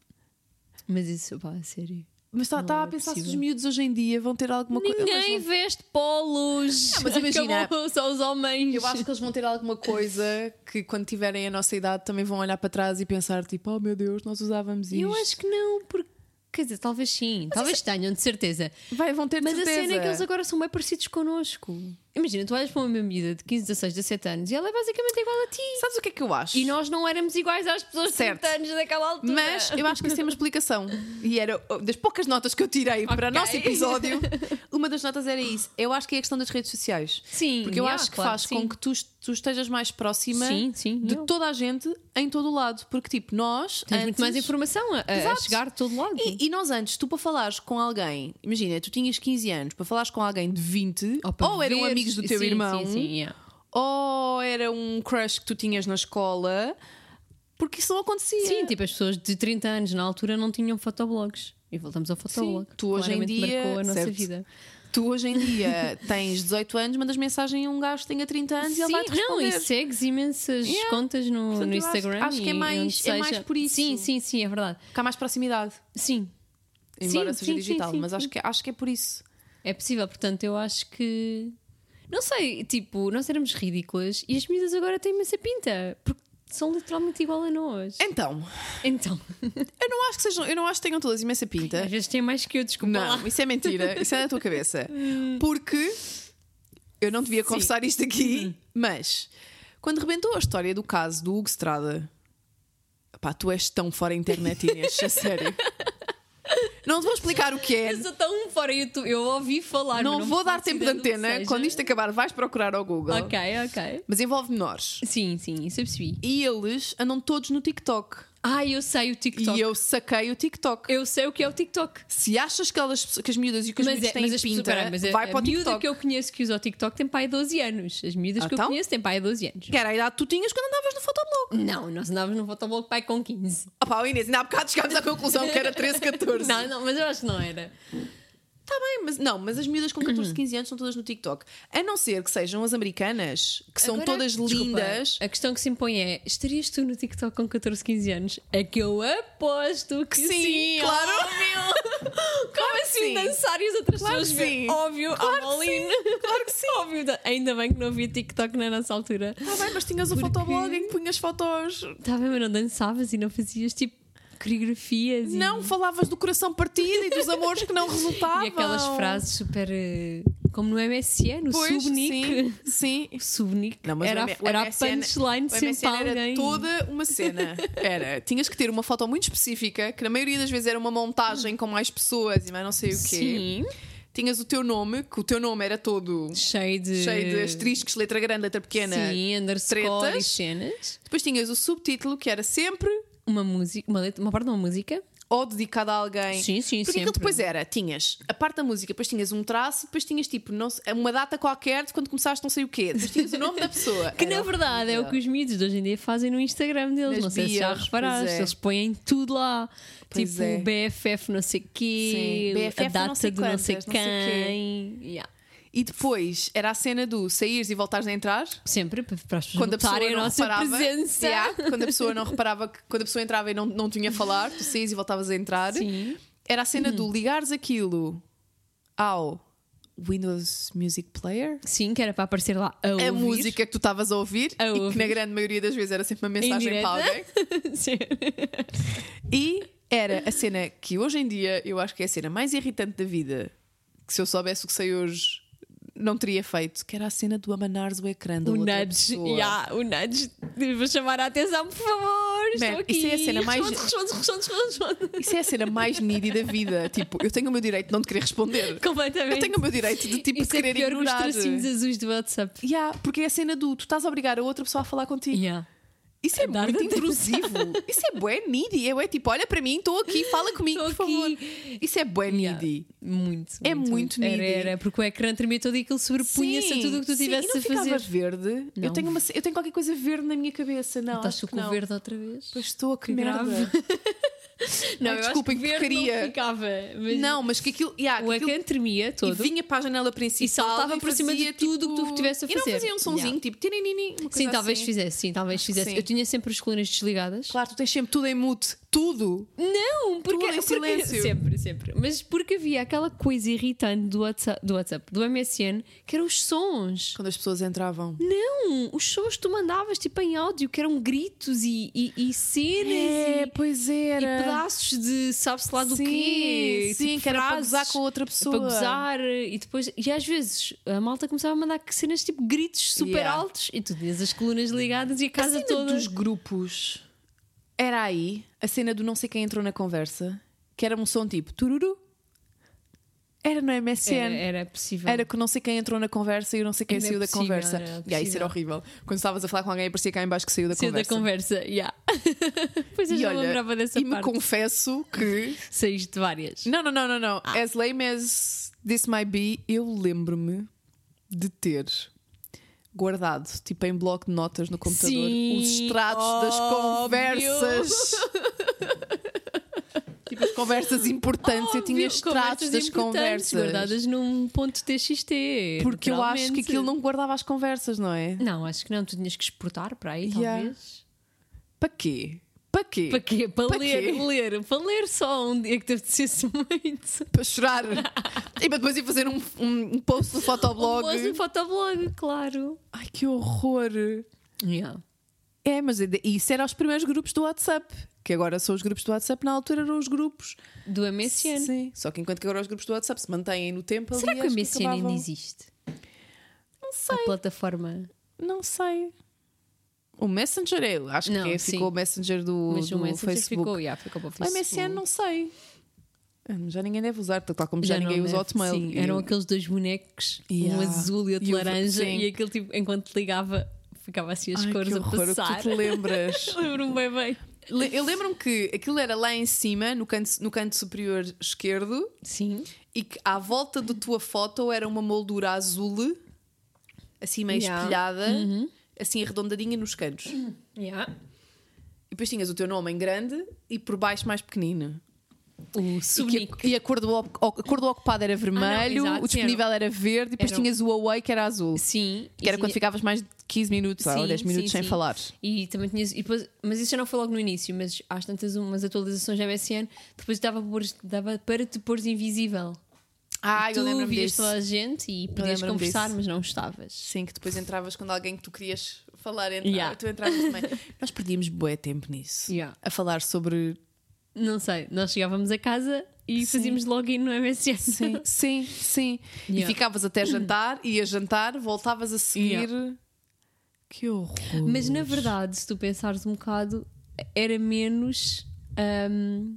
Mas isso, pá, a sério. Mas está- Não estava a é pensar se os possível. miúdos hoje em dia vão ter alguma coisa. Ninguém veste polos. Ah, mas imagina- Acabou, só os homens. Eu acho que eles vão ter alguma coisa que quando tiverem a nossa idade também vão olhar para trás e pensar tipo, oh meu Deus, nós usávamos isto. Eu acho que não, porque. Quer dizer, talvez sim, talvez tenham, de certeza. Vai, vão ter é- de Mas certeza. a cena é que eles agora são bem parecidos connosco. Imagina, tu olhas para uma menina de 15, 16, 17 anos e ela é basicamente igual a ti. Sabes o que é que eu acho? E nós não éramos iguais às pessoas de Certo. 30 anos daquela altura. Mas eu acho que isso tem uma explicação. E era oh, das poucas notas que eu tirei para o Ok. nosso episódio, uma das notas era isso. Eu acho que é a questão das redes sociais. Sim, Porque eu yeah, acho que claro faz sim. com que tu, tu estejas mais próxima Sim, sim, de não. toda a gente em todo o lado. Porque, tipo, nós. Tens antes, muito mais informação a, a- a Exato. chegar de todo lado. E, e nós antes, tu para falares com alguém, imagina, tu tinhas 15 anos, para falares com alguém de 20, ou, para eram veres- amigos do teu sim, irmão, Sim, sim, yeah. ou era um crush que tu tinhas na escola, porque isso não acontecia. Sim, tipo, as pessoas de 30 anos na altura não tinham fotoblogs. E voltamos ao fotoblog. tu hoje em Claramente dia- marcou a nossa certo. vida. Tu hoje em dia tens 18 anos, mandas mensagem a um gajo que tenha 30 anos e ele Sim, vai-te não, responder. e segues imensas Yeah. contas no, Portanto, no eu acho- Instagram. acho que é e mais- onde é seja. mais por isso. Sim, sim, sim, é verdade. Porque há mais proximidade, Sim, embora Sim, seja sim, digital, sim, sim, mas sim. Acho, que, acho que é por isso. é possível. Portanto, eu acho que. Não sei, tipo, nós éramos ridículas e as miúdas agora têm imensa pinta. Porque são literalmente igual a nós. Então, Então, eu não acho que sejam, eu não acho que tenham todas imensa pinta. às vezes têm mais que eu, desculpa. lá. Não, isso é mentira, isso é na tua cabeça. Porque eu não devia confessar isto Uhum. aqui, mas quando rebentou a história do caso do Hugo Estrada, pá, tu és tão fora da internet, Inês, a sério. Não te vou explicar o que é, Eu sou tão fora YouTube. Eu ouvi falar. mas não, vou dar faço tempo de ideia do que antena. seja. Quando isto acabar, vais procurar ao Google. Ok, ok. Mas envolve menores. Sim, sim, isso eu percebi. E eles andam todos no TikTok. Ah, eu sei o TikTok. E eu saquei o TikTok. Eu sei o que é o TikTok. Se achas que, elas, que as miúdas e que os Mas, miúdos é, têm mas as pessoas- pinta, peraí, mas a- vai a para o miúda TikTok. que eu conheço que usa o TikTok tem pai 12 anos. As miúdas que eu Então? conheço têm pai 12 anos. Que era a idade que tu tinhas quando andavas no fotoblog. Não, nós andávamos no fotoblog pai com 15. Opa, oh, Inês, ainda há bocado chegámos à conclusão que era 13, 14. Não, não, mas eu acho que não era. Tá bem, mas não, mas as miúdas com 14, 15 anos são todas no TikTok. A não ser que sejam as americanas, que são Agora, todas desculpa, lindas. A questão que se impõe é: estarias tu no TikTok com 14, 15 anos? É que eu aposto que Sim, sim. claro. Óbvio. Como assim sim. dançar e as outras Claro pessoas que verem? sim. Óbvio, Claro a que sim, Claro que sim. Óbvio. Ainda bem que não havia TikTok na nossa altura. Tá bem, mas tinhas o Porque- fotoblog em que punhas fotos. Tá bem, mas não dançavas e não fazias tipo coreografias e- Não, falavas do coração partido e dos amores que não resultavam. e aquelas frases super. eh, Como no MSN, o Pois, subnick. sim, sim. O subnick Não, mas era, o M- a- era a MSN punchline O sempre MSN para alguém. era toda uma cena. Era, tinhas que ter uma foto muito específica, que na maioria das vezes era uma montagem com mais pessoas e mais não sei o quê. Sim, Tinhas o teu nome, que o teu nome era todo cheio de. cheio de asteriscos, letra grande, letra pequena. Sim, underscore tretas. e cenas. Depois tinhas o subtítulo, que era sempre Uma música, uma, letra, uma parte de uma música. ou dedicado a alguém. Sim, sim, Porque aquilo sempre. depois era, tinhas a parte da música, depois tinhas um traço, depois tinhas tipo não sei- uma data qualquer de quando começaste não sei o quê, depois tinhas o nome da pessoa. Que Era na verdade é o que os miúdos de hoje em dia fazem no Instagram deles. Nas não sei se já bios, reparaste. pois é. Eles põem tudo lá. Pois tipo é. BFF não sei quê, Sim, BFF a data não sei do não sei quantas, não sei quem. Yeah. E depois era a cena do saíres e voltares a entrar. Sempre para para as pessoas Quando a pessoa notarem a não nossa reparava, presença. Yeah, quando a pessoa não reparava, que- quando a pessoa entrava e não, não tinha a falar, tu saías e voltavas a entrar. Sim. Uhum. Era a cena do ligares aquilo ao Windows Music Player, Sim, que era para aparecer lá a, a ouvir. música que tu estavas a ouvir A e que na ouvir. grande maioria das vezes era sempre uma Em mensagem direto. para alguém. Sim. E era a cena que hoje em dia eu acho que é a cena mais irritante da vida, que se eu soubesse o que sei hoje não teria feito, que era a cena do amanares o ecrã da O outra nudge, pessoa. yeah, o nudge, vou chamar a atenção, por favor. Estou Man, aqui. isso é a cena mais- Responde, responde, responde, responde. Isso é a cena mais needy da vida. Tipo, eu tenho o meu direito de não te querer responder. Completamente. Eu tenho o meu direito de tipo Isso de é querer pior que os ignorar. tracinhos azuis do WhatsApp. Yeah, porque é a cena do tu estás a obrigar a outra pessoa a falar contigo. Yeah. Isso é A dar muito atenção. intrusivo. Isso é bué needy. Eu é tipo, olha para mim, estou aqui, fala comigo, por Estou favor. aqui. Isso é bué Yeah. needy. Muito. É muito Era, needy. era, porque o ecrã tremia todo e aquilo sobrepunha-se a Sim, tudo o que tu sim. estivesse E não a fazer. ficava verde. Eu Não. tenho, uma, eu tenho qualquer coisa verde na minha cabeça, não. Estás acho tu que com o não. verde outra vez? Pois estou a que Que merda. grave. Ai, eu acho desculpem, que verde porcaria. Não ficava. Mas ah, Não, mas que aquilo. Yeah, o que aquilo ecrã tremia e todo. vinha para a janela principal E saltava por cima de fazia, tudo o que tu estivesse a E não fazer. fazia um sonzinho Yeah. tipo tirinini, uma coisa Sim, talvez assim. fizesse, sim, talvez fizesse. sim. Eu tinha sempre as colunas desligadas. Claro, tu tens sempre tudo em mute, tudo. Não, porque, Tudo porque- em silêncio. sempre, sempre. Mas porque havia aquela coisa irritante do WhatsApp, do WhatsApp, do MSN, que eram os sons. Quando as pessoas entravam. Não, os sons que tu mandavas tipo em áudio, que eram gritos e, e, e cenas É, e, pois e era. pedaços de sabe-se lá do sim, quê. Sim, tipo que era para frases gozar com outra pessoa. Para gozar eh, e depois, e às vezes a malta começava a mandar cenas tipo gritos super Yeah. altos e tu tinhas as colunas ligadas e a A casa cena toda. dos grupos. Era aí a cena do não sei quem entrou na conversa, que era um som tipo tururu. Era no MSN. Era, Era, era possível. que não sei quem entrou na conversa e eu não sei quem Era saiu da possível, conversa. era e aí isso era possível. horrível. Quando estavas a falar com alguém, parecia cá em baixo que saiu da Saiu da conversa. conversa, yeah. pois eu E já olha, lembrava dessa e me parte. confesso que. Saíste de várias. Não, não, não, não, não. Ah. As lame as this might be, eu lembro-me de ter guardado, tipo em bloco de notas no computador, Sim, os extratos das óbvio. conversas. tipo as conversas importantes. eu tinha Óbvio, extratos conversas das importantes, conversas. Guardadas num ponto TXT. Porque eu acho que naturalmente. aquilo não guardava as conversas, não é? Não, acho que não. Tu tinhas que exportar para aí, Yeah. talvez. Para quê? Para quê? Para quê? Para, Para ler, quê? ler. Para ler só um dia que te apetecesse muito. Para chorar. e para depois ir fazer um, um post no fotoblog. Ou um fotoblog, claro. Ai que horror! Yeah. É, mas é de- isso era os primeiros grupos do WhatsApp, que agora são os grupos do WhatsApp, na altura eram os grupos. Do MSN. Sim. Só que enquanto que agora os grupos do WhatsApp se mantêm no tempo Será ali, que o acho MSN ainda acabavam- existe? Não sei, A plataforma. não sei. O Messenger, eu acho Não, que é, sim. ficou o Messenger do, Mas do o Messenger Facebook. ficou, tipo Ah, assim. yeah, ficou para o O Facebook. MSN não sei. Ah, Já ninguém deve usar, tal como já, não ninguém usa deve. Hotmail. Sim, E eram eu- aqueles dois bonecos, um Yeah. azul e outro E o- laranja, sim. e aquele tipo, enquanto ligava, ficava assim as Ai, cores que a horror, o que passar. tu te lembras. Lembro-me bem bem. Le- Eu lembro-me que aquilo era lá em cima, no canto, no canto superior esquerdo, Sim. e que à volta da tua foto era uma moldura azul, assim meio Yeah. Uhum. espelhada, assim arredondadinha nos cantos. E depois tinhas o teu nome em grande e por baixo mais pequenino. O E, que é Subnick. a, e a cor do, op- a cor do ocupado era vermelho, Ah, exato, o disponível era verde, e depois Era o- tinhas o away que era azul. Sim. Que era e- quando ficavas mais de 15 minutos ou Sim, 10 minutos sim, sem sim. falar. E também tinhas. E depois, mas isso já não foi logo no início, mas às tantas umas atualizações da MSN, depois dava, por- dava para te pôres invisível. Ah, tu vias toda a gente e podias lembro-me conversar, disso. mas não estavas. Sim, que depois entravas quando alguém que tu querias falar entrava, Yeah. tu entravas também. Nós perdíamos bué tempo nisso. Yeah. A falar sobre. Não sei, nós chegávamos a casa e fazíamos login no MSN. Sim, sim, sim. Yeah. E ficavas até jantar, ias jantar, voltavas a seguir. Que horror. Mas na verdade, se tu pensares um bocado, era menos ahm,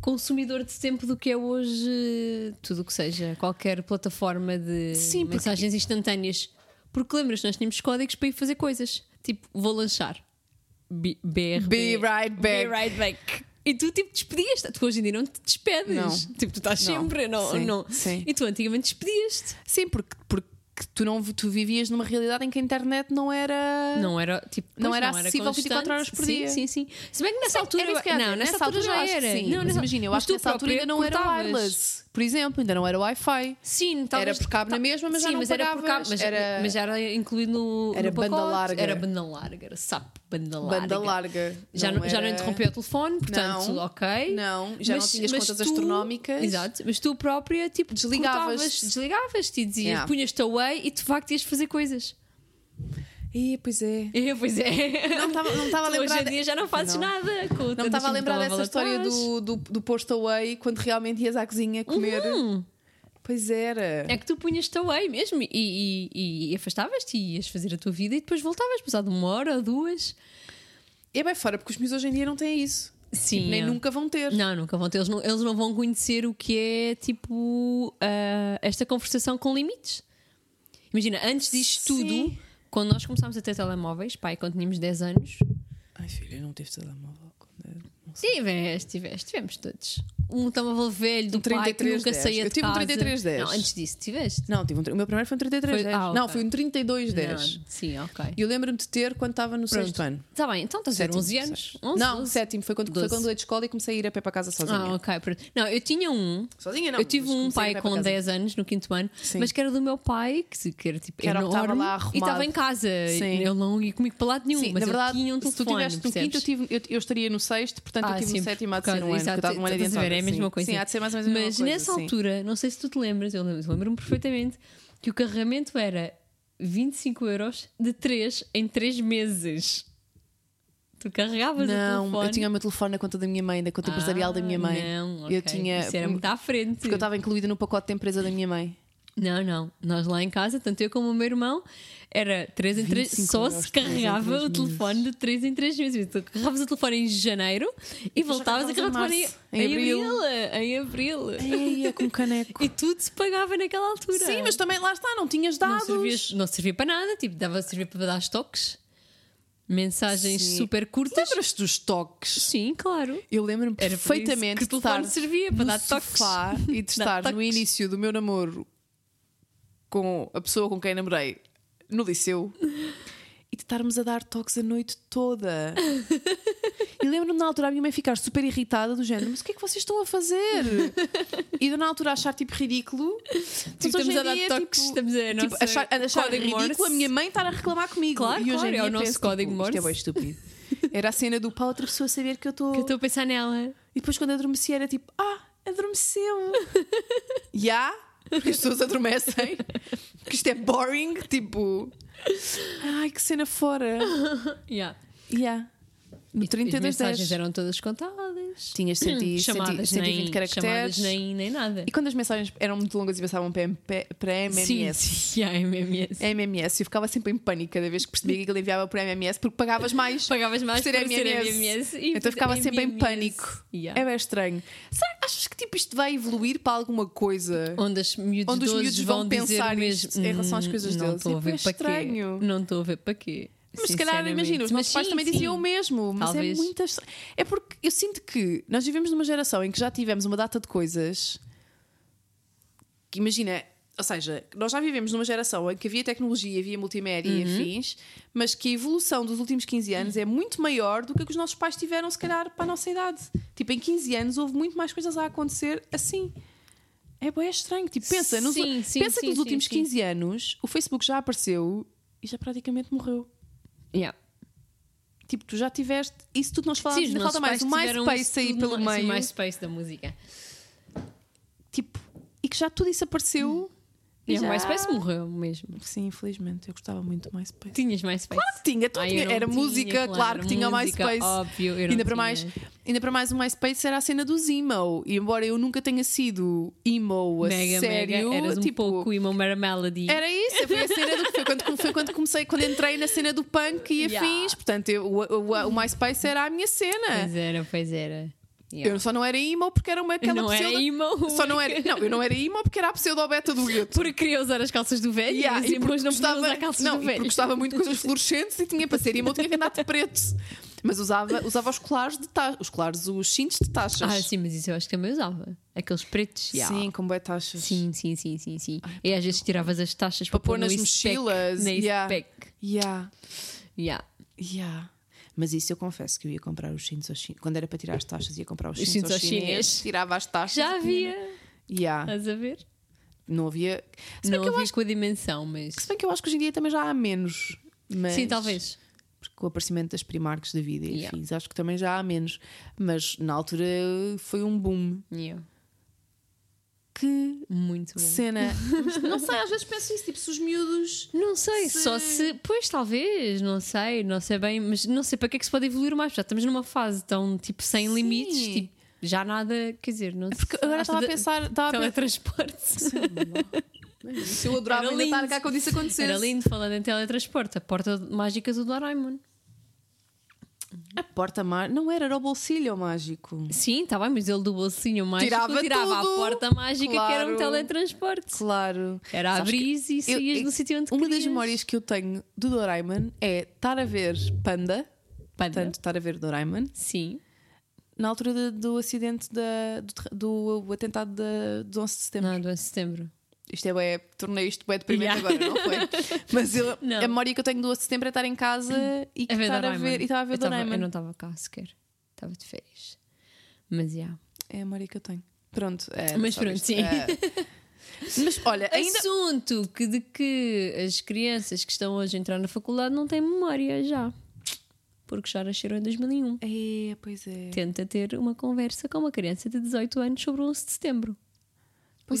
consumidor de tempo do que é hoje, tudo o que seja, qualquer plataforma de Sim, porque- mensagens instantâneas. Porque lembras, nós tínhamos códigos para ir fazer coisas. Tipo, vou lanchar. B- BRB. Be right back. Be right back. E tu tipo despedias-te. Tu hoje em dia não te despedes. Não. Tipo, tu estás Não. sempre, não, Sim, não. sim. E tu antigamente despedias-te. Sim, porque, porque tu, não, tu vivias numa realidade em que a internet não era. Não era tipo Não pois, era acessível 24 horas por sim, dia. Sim, sim. Se bem que nessa altura. É que se calhar, não, nessa, altura, eu já acho que era. Sim, Não, mas nessa- imagina, eu mas acho que tu nessa altura própria ainda não era cortavas. wireless, por exemplo, ainda não era Wi-Fi. Sim, talvez. por cabo na mesma, mas já sim, não mas era por cabo, pagavas, mas era- mas já era incluído no. Era no banda pacote. larga. Era banda larga, era sapo, banda larga. Banda larga. Já não, já não era- interrompeu o telefone, portanto, Não. ok. Não, já não tinhas contas tu- astronómicas. Exato, mas tu própria, tipo, Desligavas-te. cortavas, Desligavas-te e dizias, Yeah. punhas-te away e de facto ias fazer coisas. E, pois é. E, pois é. Não estava não estava a Tu lembrar. Hoje em dia já não fazes Não. nada. assim, com Não tantas estava a lembrar telemóvel dessa história atrás. do, do, do posto away quando realmente ias à cozinha comer. Pois era. Uhum. É que tu punhas-te away mesmo e, e, e afastavas-te e ias fazer a tua vida e depois voltavas, passado uma hora ou duas. É bem fora, porque os meus hoje em dia não têm isso. Sim. Nem é. nunca vão ter. Não, nunca vão ter. Eles não, eles não vão conhecer o que é tipo ah, esta conversação com limites. Imagina, antes disto Sim. tudo, quando nós começámos a ter telemóveis, pai, quando tínhamos 10 anos. Ai, filha, eu não tive telemóvel. quando era- Tiveste, tiveste, tivemos todos. Um telemóvel velho do Um pai que nunca 3310. saía Eu de tive um casa. 3310. Não, antes disso, tiveste. Não, tive um, tre- o meu primeiro foi um 3310. Foi- ah, Não, ok. foi um 3210. Não, sim, ok. E eu lembro-me de ter quando estava no sexto ano. Está bem, então estás a ver Sétimo, 11 anos? sei. 11, não, 12. sétimo. Foi quando, foi Doze. quando eu de escola e comecei a ir a pé para casa sozinha. Ah, ok. pronto. Não, eu tinha um. Sozinha não. eu tive mas um comecei a pai ir a pé com para casa. 10 anos no quinto ano, Sim. mas que era do meu pai, que, se- que era tipo Que era o que enorme, estava lá e arrumado. estava em casa. Sim. Ele não ia comigo para lado nenhum, Sim, mas na verdade, eu tinha um se tu telefone. tiveste no quinto, eu, percebes? tive- eu, eu estaria no sexto, portanto eu Ah, tive sim, no sétimo há de por ser um causa- ano. que eu exato, estava um ano estás a ver, adiantada, é a mesma sim. coisa. Sim, há de ser mais ou menos a mesma Mas coisa, nessa sim. altura, não sei se tu te lembras, eu lembro- lembro-me perfeitamente, que o carregamento era 25 euros de 3 em 3 meses. Tu carregavas o Não, telefone. eu tinha o meu telefone na conta da minha mãe, da conta empresarial da minha Ah, mãe. Não, Eu ok. tinha. um- Isso era muito à frente. Porque eu estava incluída no pacote da empresa da minha mãe. Não, não. Nós lá em casa, tanto eu como o meu irmão, era 3 em 3, 25 só euros, se três em carregava três o telefone de 3 em 3 meses. Tu carregavas o telefone em janeiro e voltavas a carregar o carregavas em telefone março, em, em abril. Em abril. Eia, com caneco. E tudo se pagava naquela altura. Sim, mas também lá está, não tinhas não, dados. servias, não servia para nada, tipo, dava servia para dar estoques, mensagens Sim. super curtas. Lembras-te dos toques? Sim, claro. Eu lembro-me Era por isso perfeitamente que o de telefone estar servia para no dar toques. sofá e de Dar estar no toques. início do meu namoro com a pessoa com quem namorei no liceu e de estarmos a dar toques a noite toda. e lembro-me na altura a minha mãe ficar super irritada do género, mas o que é que vocês estão a fazer? E eu na altura achar tipo ridículo. Mas Tipo, estamos hoje em a dar dia, toques, tipo, estamos a Tipo, nossa achar, achar código ridículo Morse. a minha mãe estar a reclamar comigo. Claro, e hoje claro, em é dia o nosso penso, código tipo, Morse. Isto é bem estúpido. Era a cena do para outra pessoa saber que eu Que eu estou. estou a pensar nela. E depois quando adormeci era tipo, ah, adormeceu. Já? Porque as pessoas adormecem. Porque isto é boring. Tipo, ai que cena fora. Yeah. Já. No As 32 mensagens 10. eram todas contadas. Hum, Tinhas 100, chamadas 120 nem, caracteres. chamadas nem, nem nada. E quando as mensagens eram muito longas e passavam para, MP, para MMS. Sim, sim, yeah, MMS. É, MMS, eu ficava sempre em pânico cada vez que percebia que ele enviava por MMS porque pagavas mais. Pagavas mais ser por ser MMS. MMS e Então por- ficava sempre em MMS. pânico. Yeah. É bem estranho. Será, achas que tipo, isto vai evoluir para alguma coisa? Onde, as miúdos Onde os de hoje miúdos vão dizer pensar mesmo, isto em relação às "Hum, coisas não deles." estou a Tipo, ver é para quê. estranho. Não estou a ver para quê. Mas se calhar, Sinceramente. imagina, os Mas meus pais sim, também sim. diziam o mesmo. Mas Talvez. é muitas. É porque eu sinto que nós vivemos numa geração em que já tivemos uma data de coisas que, imagina, ou seja, nós já vivemos numa geração em que havia tecnologia, havia multimédia Uhum. e afins, mas que a evolução dos últimos 15 anos é muito maior do que a que os nossos pais tiveram, se calhar, para a nossa idade. Tipo, em 15 anos houve muito mais coisas a acontecer assim. É bem estranho. Tipo, pensa, nos, Sim, sim, pensa sim, que nos sim, últimos sim. 15 anos o Facebook já apareceu e já praticamente morreu. Yeah. Tipo, tu já tiveste. Isso tudo nós falámos, os ainda nossos falta mais. O pais tiveram MySpace isso aí tudo assim, pelo no- sim, meio. O MySpace da música. Tipo, e que já tudo isso apareceu. E já- o MySpace morreu mesmo. Sim, infelizmente. Eu gostava muito do MySpace. Tinhas MySpace. Claro que tinha, tu Ai, eu tinha- não era tinha, música, claro que tinha o música, MySpace. Óbvio, eu não Ainda para, tinha. mais, ainda para mais o MySpace era a cena dos emo. E embora eu nunca tenha sido emo a Mega, sério, mega. Eras um tipo, pouco emo Mara Melody. Era isso, foi a cena do foi quando, foi quando comecei, quando entrei na cena do punk e Yeah. afins. Portanto, eu- o, o, o MySpace era a minha cena. Pois era, pois era. Eu só não era emo porque era uma aquela não era pseudo- emo. Só não era, não, eu não era emo porque era a pseudo-beta do gueto. Porque queria usar as calças do velho Yeah, e os irmãos não podiam usar calças não, do e velho. porque gostava muito de coisas fluorescentes e tinha para ser emo, tinha que andar de preto. Mas usava, usava os colares de taxas, os colares, os cintos de taxas. Ah, sim, mas isso eu acho que também usava. Aqueles pretos. yeah. Sim, com boé taxas. Sim, sim, sim, sim, sim. e às vezes tiravas as taxas para, Para pôr nas no Ispec, mochilas, Na yeah. Ispec. Yeah, Yeah. yeah. Mas isso eu confesso que eu ia comprar os cintos aos chineses. Quando era para tirar as taxas, ia comprar os Os cintos cintos, aos aos chineses. chineses, Tirava as taxas. Já e tinha- havia, Yeah. estás a ver? Não havia. Se bem, não que eu havia acho, com a dimensão, mas. se bem que eu acho que hoje em dia também já há menos. Mas... Sim, talvez. porque com o aparecimento das Primarks da vida e Yeah. afins, acho que também já há menos. Mas na altura foi um boom. Yeah. Que Muito bom. cena! Mas não sei, às vezes penso isso, tipo, se os miúdos. Não sei, Se- só se. Pois, talvez, não sei, não sei bem, mas não sei para que é que se pode evoluir mais. Já estamos numa fase tão tipo sem Sim. É limites, tipo, já nada, quer dizer, não sei. Porque agora Acho estava a de- pensar. Estava a Teletransporte. pensar eu adorava Era ainda estar lindo. cá quando isso acontecesse. Era lindo falando em teletransporte, a porta mágica do Doraemon. A porta má Não era, era o bolsilho mágico. Sim, está bem, mas ele do bolsinho mágico Tirava tirava, tudo. a porta mágica que era Claro. um teletransporte. Claro. Era Sabes abrir que e eu- saías eu- do sítio onde Uma das querias. memórias que eu tenho do Doraemon é estar a ver Panda, Panda. portanto, estar a ver Doraemon, Sim. na altura de- do acidente da- do, terra- do, do atentado da- do 11 de setembro. Não, do 11 de setembro. Isto é bué, tornei isto bué deprimente Yeah. agora, não foi? Mas eu- Não. a memória que eu tenho do 11 de setembro é estar em casa e que A ver estar a Doraemon. ver, e estava a eu, ver tava- eu não Doraemon. estava cá sequer. Estava de férias. Mas já. É a memória que eu tenho. Pronto. é, Mas só pronto, isto. sim. É. Mas olha, ainda... Assunto que de que as crianças que estão hoje a entrar na faculdade não têm memória já. Porque já nasceram em 2001. É, pois é. Tenta ter uma conversa com uma criança de 18 anos sobre o 11 de setembro. Pois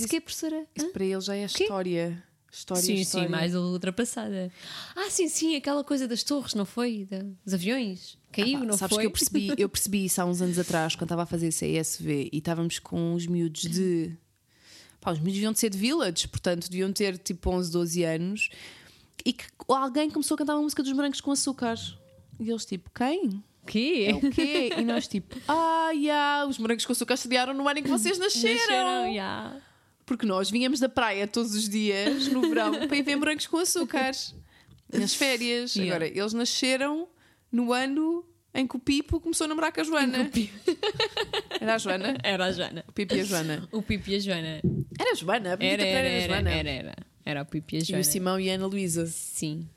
Mas isso- que é professora? Hã? Isso para eles já é história. História, Sim, história. sim, mais ultrapassada. Ah, sim, sim, aquela coisa das torres, não foi? Da- dos aviões? Caiu, Pá, não Ah, sabes foi? que eu percebi, eu percebi isso há uns anos atrás, quando estava a fazer CSV e estávamos com os miúdos de. Pá, os miúdos deviam de ser de village, portanto, deviam ter tipo 11, 12 anos. E que alguém começou a cantar uma música dos Brancos com Açúcar. E eles tipo, quem? O quê? É o quê? E nós tipo, ah, yeah, os morangos com açúcar estrearam no ano em que vocês nasceram. Nasceram, já. Porque nós vinhamos da praia todos os dias, no verão, para ir ver morangos com açúcar. Nas férias. Yeah. Agora, eles nasceram no ano em que o Pipo começou a namorar com a Joana. Era a Joana? Era a Joana. O Pipo e a Joana. O Pipo e a Joana. Era a Joana, a Era, bonita era, era, a era, Joana. era, era. Era o Pipo e a E Joana. o Simão e a Ana Luísa. Sim.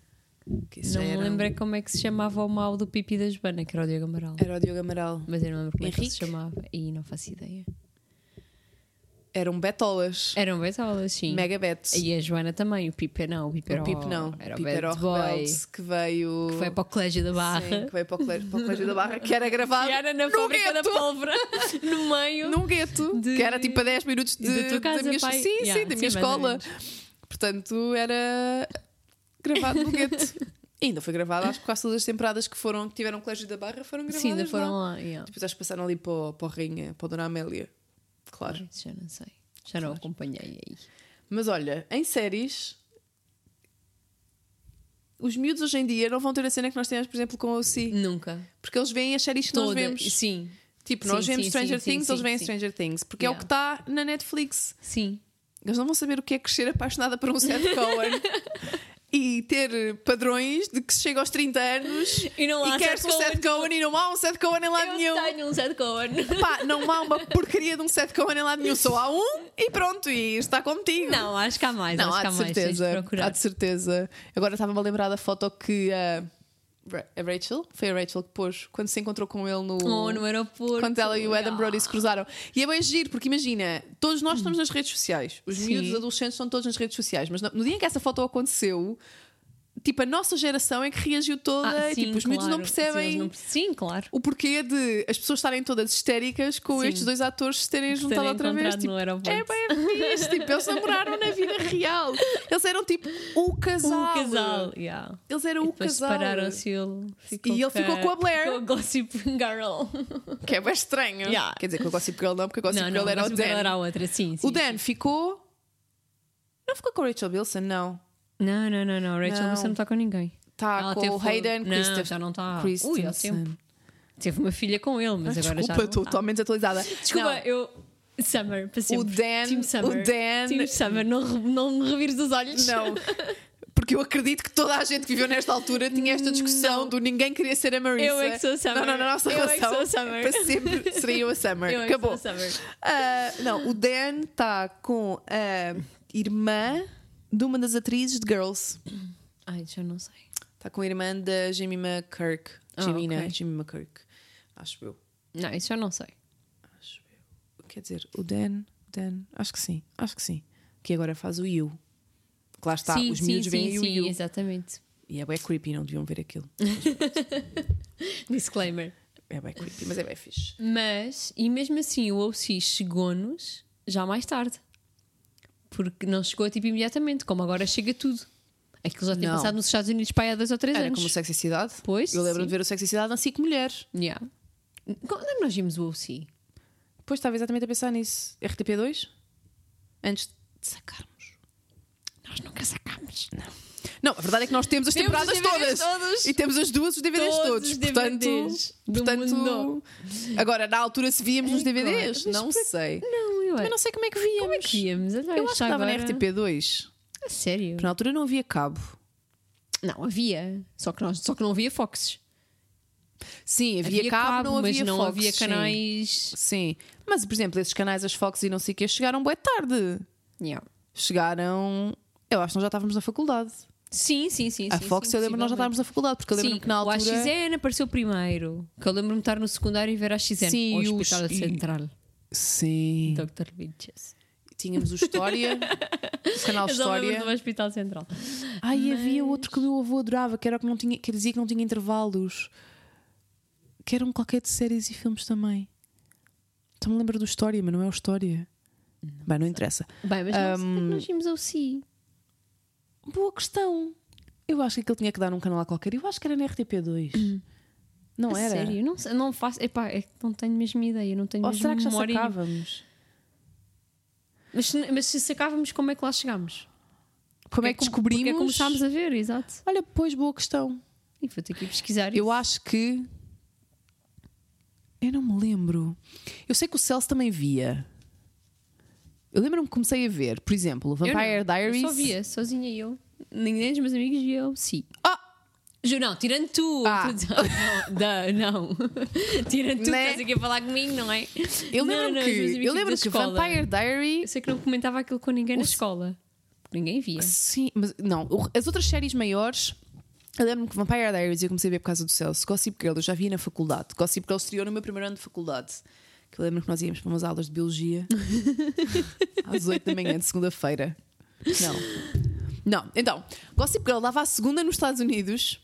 que isso não já me era- um lembro é como é que se chamava o mal do Pipo e da Joana, que era o Diogo Amaral. Era o Diogo Amaral. Mas eu não lembro como é que ele se Henrique? chamava. E não faço ideia. Eram betolas. Eram betolas, sim. Mega betos. E a Joana também. O Pipo não. O Pipo era assim. O Pipo não. Era o o Pipo bad era o boy. rebelde que veio... Que foi para o colégio da Sim, Barra. que veio para o colégio, para o colégio da Barra, que era gravado E era na No fábrica da gueto. pólvora, no meio. num gueto, De- que era tipo a 10 minutos de, da tua da casa, minha, pai. sim, Yeah, sim, da minha sim, mais ou escola. menos. Portanto, era gravado no gueto. E ainda foi gravado, acho que quase todas as temporadas que, foram, que tiveram Colégio da Barra foram gravadas. Sim, ainda lá. foram lá. yeah. Depois acho que passaram ali para, o- para o Rainha, para a Dona Amélia. Claro. Isso Já não sei. Já não acompanhei aí. Mas olha, em séries. Os miúdos hoje em dia não vão ter a cena que nós temos, por exemplo, com o Si, Nunca. porque eles veem as séries que nós vemos. Sim. Tipo, Sim, nós vemos sim, Stranger sim, sim, Things, sim, eles veem sim. Stranger Things, porque é o Yeah. que está na Netflix. Sim. Eles não vão saber o que é crescer apaixonada por um Seth Cohen. e ter padrões de que se chega aos 30 anos E não há e queres Seth um Seth Cohen e não há um Seth Cohen em lado Eu nenhum. tenho um Seth Cohen. Pá, não há uma porcaria de um Seth Cohen em lado nenhum, só há um e pronto, e está contigo. Não, acho que há mais. Não, acho há que há de mais. tens de certeza. procurar. Há de certeza. Agora estava-me a lembrar da foto que a, Ra- a Rachel, foi a Rachel que pôs, quando se encontrou com ele no. Oh, no aeroporto. quando ela e o Adam Ah. Brody se cruzaram. E é bem giro, porque imagina, todos nós estamos nas redes sociais. Os Hum. Sim. miúdos adolescentes estão todos nas redes sociais. Mas no, no dia em que essa foto aconteceu, tipo, a nossa geração é que reagiu toda. Ah, e, sim, tipo, os miúdos não claro. Sim, eles percebem não perce- Sim, claro. o porquê de as pessoas estarem todas histéricas com Sim. estes dois atores se terem juntado Terem outra vez. encontrado Tipo, no aeroporto. é bem fixe, tipo, eles namoraram na vida real. Eles eram tipo o casal. O Um casal, yeah. Eles eram o Depois É um casal. separaram-se e ele ficou E ele ficou com a Blair. ficou com a Gossip Girl. Que é bem estranho. Yeah. Quer dizer, que o Gossip Girl não, porque o Gossip não, Girl não, era o Gossip Girl Dan. era a outra, sim. sim. O Dan ficou. Não ficou com a Rachel Bilson, não. Não, não, não, não. Rachel Não. Wilson não está com ninguém. Está Ela com teve um- o Hayden não, Christopher- já não está. Ui, há Christensen. tempo. Teve uma filha com ele, mas agora já Desculpa, não estou tá. totalmente atualizada. Desculpa, Não, eu... Summer, para o sempre. Dan. Team Summer. O Dan. Team Summer, não, re- não me revires os olhos. Não. Porque eu acredito que toda a gente que viveu nesta altura tinha esta discussão do ninguém queria ser a Marissa. Eu é que sou a Summer. Não, não, não, nossa Eu é que relação sou a Summer. Para sempre seria eu a Summer. Eu é que Acabou. sou a Summer. Ah, não, o Dan está com a irmã de uma das atrizes de Girls. Ai, já não sei. Está Tá com a irmã da Jimmy McKirk. Ah, Jimina, ok. Jimmy McKirk. Acho eu. Não, isso já não sei. Quer dizer, o Dan, Dan, acho que sim, acho que sim. Que agora faz o You. Que lá está, sim, os sim, miúdos sim, veem o sim, You. exatamente. E é bem creepy, não deviam ver aquilo. Disclaimer. É bem creepy, mas é bem fixe. Mas, e mesmo assim, o OC chegou-nos já mais tarde. Porque não chegou tipo imediatamente, como agora chega tudo. Aquilo já tinha Não. passado nos Estados Unidos para aí há dois ou três Era anos. como o Sexy Cidade. Pois, Eu lembro sim. de ver o Sexy Cidade na SIC Mulher. Yeah. Quando é que nós vimos o OC? Pois estava exatamente a pensar nisso. RTP2? Antes de sacarmos. Nós nunca sacámos. Não, a verdade é que nós temos as Temos os temporadas DVDs todas. todos. E temos as duas, os DVDs Todos todos. os portanto, DVDs do portanto mundo. agora na altura se víamos os Ai, claro. DVDs, Mas não por- sei. Não, eu Também acho. não sei como é que víamos. Como é que íamos? Eu Eu acho que estava na RTP2. A sério? Na altura não havia cabo. Não, havia. Só que, nós, só que não havia Fox. Sim, havia, cabo, não mas havia não Fox, havia sim. canais. Sim. Mas, por exemplo, esses canais, as Fox e não sei o que, chegaram bem tarde. Yeah. chegaram. Eu acho que nós já estávamos na faculdade. Sim, sim, sim. a sim, Fox, sim, eu lembro, nós possivelmente. já estávamos na faculdade, porque eu lembro Sim, que na altura. O AXN apareceu primeiro. Que eu lembro-me de estar no secundário e ver a AXN. Sim, o e os- Hospital e- Central. Sim. Dr. Bitches. Tínhamos o História, o canal Eu só lembro do História. Hospital Central. Ai, havia outro que o meu avô adorava, que era o que não tinha, que dizia que não tinha intervalos. Que eram qualquer de séries e filmes também. Então me lembro do História, mas não é o História. Bem, não interessa. Bem, mas não sei como é que nós vimos ao Si. Boa questão. Eu acho que aquilo tinha que dar num canal qualquer. Eu acho que era na RTP2. Não A era? Sério, não, sei- não faço. Epá, é que não tenho mesmo ideia. Não tenho Ou mesmo será que já memória. sacávamos? Mas, se- mas se sacávamos, como é que lá chegámos? Como é que descobrimos? Porque começámos a ver, exato. Olha, pois, boa questão. E vou ter que ir pesquisar. Eu isso. acho que. Eu não me lembro. Eu sei que o Celso também via. Eu lembro-me que comecei a ver, por exemplo, Eu não. Vampire Diaries. Eu só via, sozinha eu. Ninguém dos meus amigos via eu, sim. Ah! Ju, Não, tirando tu. Ah. tu- não, da- não. Tirando tu, Né? estás aqui a falar comigo, não é? Eu Não, lembro-me não, os meus que, eu amigos lembro da que escola. Vampire Diary. Eu sei que não comentava aquilo com ninguém na O- escola. Porque Ninguém via. Sim, mas não. o- As outras séries maiores. Eu lembro-me que Vampire Diaries eu comecei a ver por causa do Celso. Gossip Girl eu já via na faculdade. Gossip Girl estreou no meu primeiro ano de faculdade. Que eu lembro que nós íamos para umas aulas de biologia às 8 da manhã de segunda-feira. Não. Não, então, Gossip Girl dava à segunda nos Estados Unidos.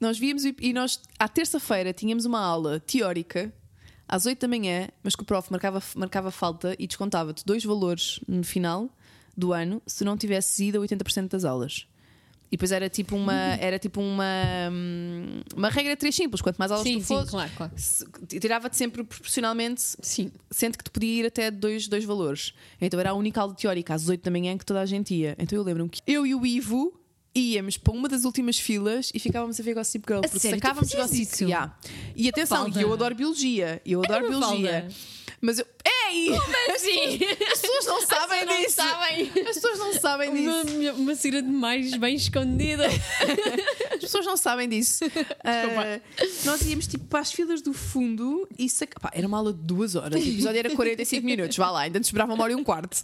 Nós víamos e e nós, à terça-feira, tínhamos uma aula teórica às 8 da manhã, mas que o prof marcava, marcava falta e descontava-te dois valores no final do ano se não tivesses ido a 80% das aulas. E depois era tipo uma, era tipo uma, hum, uma regra três simples: quanto mais aulas Sim, tu sim, fosses, claro, claro. se- tirava-te sempre proporcionalmente Sim. sente que te podia ir até dois, dois valores. Então era a única aula teórica às 8 da manhã que toda a gente ia. Então eu lembro-me que eu e o Ivo íamos para uma das últimas filas e ficávamos a ver Gossip Girl. porque sério? Tu sacávamos fazias Gossip isso? Yeah. E atenção, Mafalda. eu adoro biologia. Eu adoro Mafalda. biologia. Mas eu. Ei, aí! Sim! As pessoas não sabem não disso! sabem. As pessoas não sabem disso! Uma, minha- uma segredo mais bem escondida. As pessoas não sabem disso. Ah, nós íamos tipo para as filas do fundo e saca... pá, era uma aula de duas horas. O episódio era 45 minutos, vá lá, ainda nos esperava uma hora e um quarto.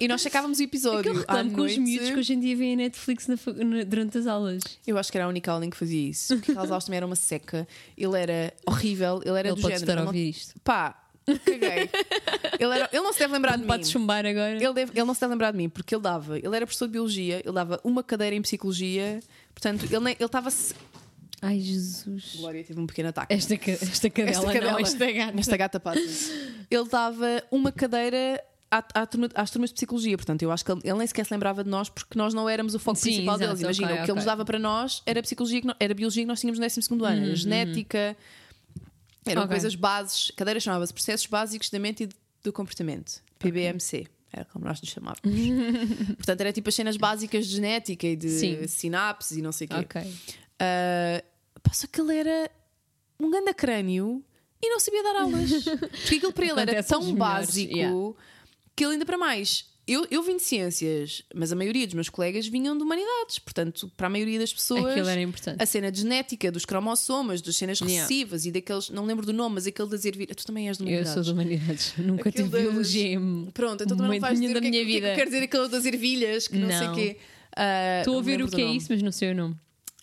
E nós sacávamos o Que eu episódio à reclamo com os noite. miúdos que hoje em dia veem a Netflix na fa- na- durante as aulas. Eu acho que era a única aula em que fazia isso. Porque aquelas aulas também era uma seca. Ele era horrível, ele era Ele do pode género. estar a eu não- ouvir isto. Pá, caguei. Ele, era- ele não se deve lembrar de mim. Pode chumbar agora. Ele, deve- ele não se deve lembrar de mim, porque ele dava, ele era professor de biologia, ele dava uma cadeira em psicologia, portanto, ele nem- ele estava. se- Ai, Jesus. Glória teve um pequeno ataque. Esta, ca- esta cadela, Esta não, cadela. esta gata. Esta gata pata. Ele dava uma cadeira à, à turma- às turmas de psicologia, portanto, eu acho que ele, ele nem sequer se lembrava de nós porque nós não éramos o foco Sim, principal exato, deles. Imagina, ok, o que ele nos ok. dava para nós era psicologia, que no- era biologia que nós tínhamos no 12 ano, era genética, eram Uhum. Ok. coisas bases, cadeiras chamava-se processos básicos da mente e do comportamento, PBMC. Era como nós nos chamávamos. Portanto, era tipo as cenas básicas de genética e de Sim. sinapses e não sei o quê. Ok. Uh, pá, só que ele era um ganda crânio e não sabia dar aulas. Porque aquilo para ele era Acontece aos tão melhores, básico yeah. que ele ainda para mais. Eu, eu vim de ciências, mas a maioria dos meus colegas vinham de humanidades. Portanto, para a maioria das pessoas, Aquilo era importante. a cena de genética dos cromossomas, das cenas Yeah. recessivas e daqueles. Não lembro do nome, mas aquele das ervilhas. Tu também és de Eu humanidades. sou de humanidades. Nunca Aquilo tive das- biologia. em- Pronto, então também Momento não vais nenhum da dizer o que, é que- minha o que é que vida. quer dizer aquele das ervilhas, que não, sei Não. o quê. Uh, Estou a não me ver o lembro do que é nome. isso, mas não sei o nome.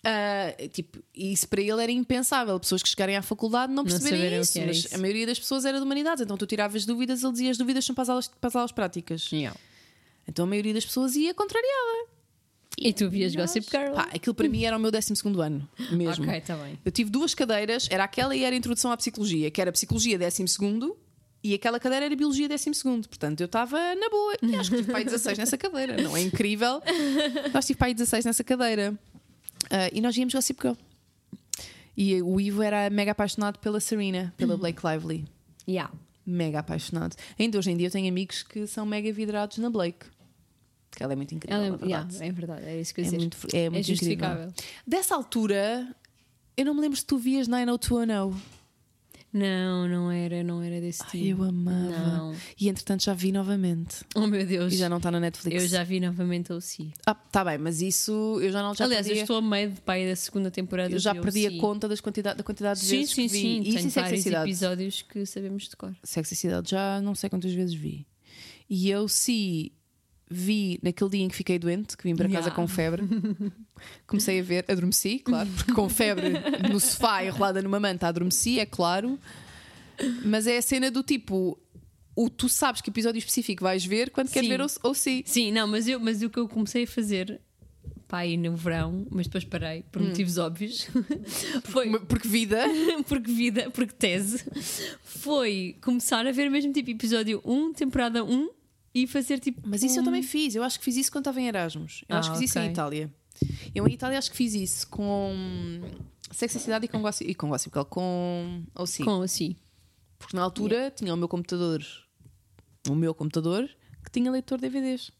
Ah, tipo, e isso para ele era impensável. Pessoas que chegarem à faculdade não perceberem saberem o isso, que era mas isso. a maioria das pessoas era de humanidades. Então tu tiravas dúvidas, ele dizia as dúvidas são para as aulas, para as aulas práticas. Então a maioria das pessoas ia contrariada. E tu vias Gossip Girl? Pá, aquilo para mim era o meu 12 ano mesmo. Ok, está bem. Eu tive duas cadeiras, era aquela e era a introdução à psicologia, que era psicologia 12 e aquela cadeira era biologia 12 segundo, portanto eu estava na boa e acho que tive pai 16 nessa cadeira, não é incrível? Nós tive pai 16 nessa cadeira Ah, e nós íamos Gossip Girl. E o Ivo era mega apaixonado pela Serena, pela Blake Lively, Yeah. mega apaixonado. Ainda hoje em dia eu tenho amigos que são mega vidrados na Blake, que ela é muito incrível, Ela é, na verdade. yeah, é verdade, é isso que eu ia É dizer. muito, é muito incrível. justificável. Dessa altura, eu não me lembro se tu vias 90210. Não, não era, não era desse tipo. Ai, eu amava. Não. E entretanto já vi novamente. Oh meu Deus. E já não está na Netflix. Eu já vi novamente a OC. Ah, tá bem, mas isso eu já não já Aliás, perdi, eu a- estou a meio de pai da segunda temporada. eu já de perdi OC. a conta das quantidade, da quantidade de Sim, vezes sim, que é vi. sim. E isso Tem e vários sexicidade. episódios que sabemos de cor. Sexicidade já não sei quantas vezes vi. E eu se vi naquele dia em que fiquei doente, que vim para casa Yeah. com febre. Comecei a ver, adormeci, claro, porque com febre no sofá, enrolada numa manta, adormeci, é claro. Mas é a cena do tipo, o, tu sabes que episódio específico vais ver quando queres Sim. ver ou, ou se. Sim, não, mas, eu, mas o que eu comecei a fazer, pai, no verão, mas depois parei, por Hum. motivos óbvios, foi Porque vida. porque vida, porque tese, foi começar a ver mesmo tipo episódio 1, temporada 1 e fazer tipo. Mas isso eu também fiz. Eu acho que fiz isso quando estava em Erasmus. Eu Ah, acho que fiz isso ok. em Itália. Eu em Itália acho que fiz isso com Sexicidade e com Gossip, e com Gossip Girl, com ou sim. Com assim. Porque na altura tinha o meu computador, o meu computador, que tinha leitor DVDs.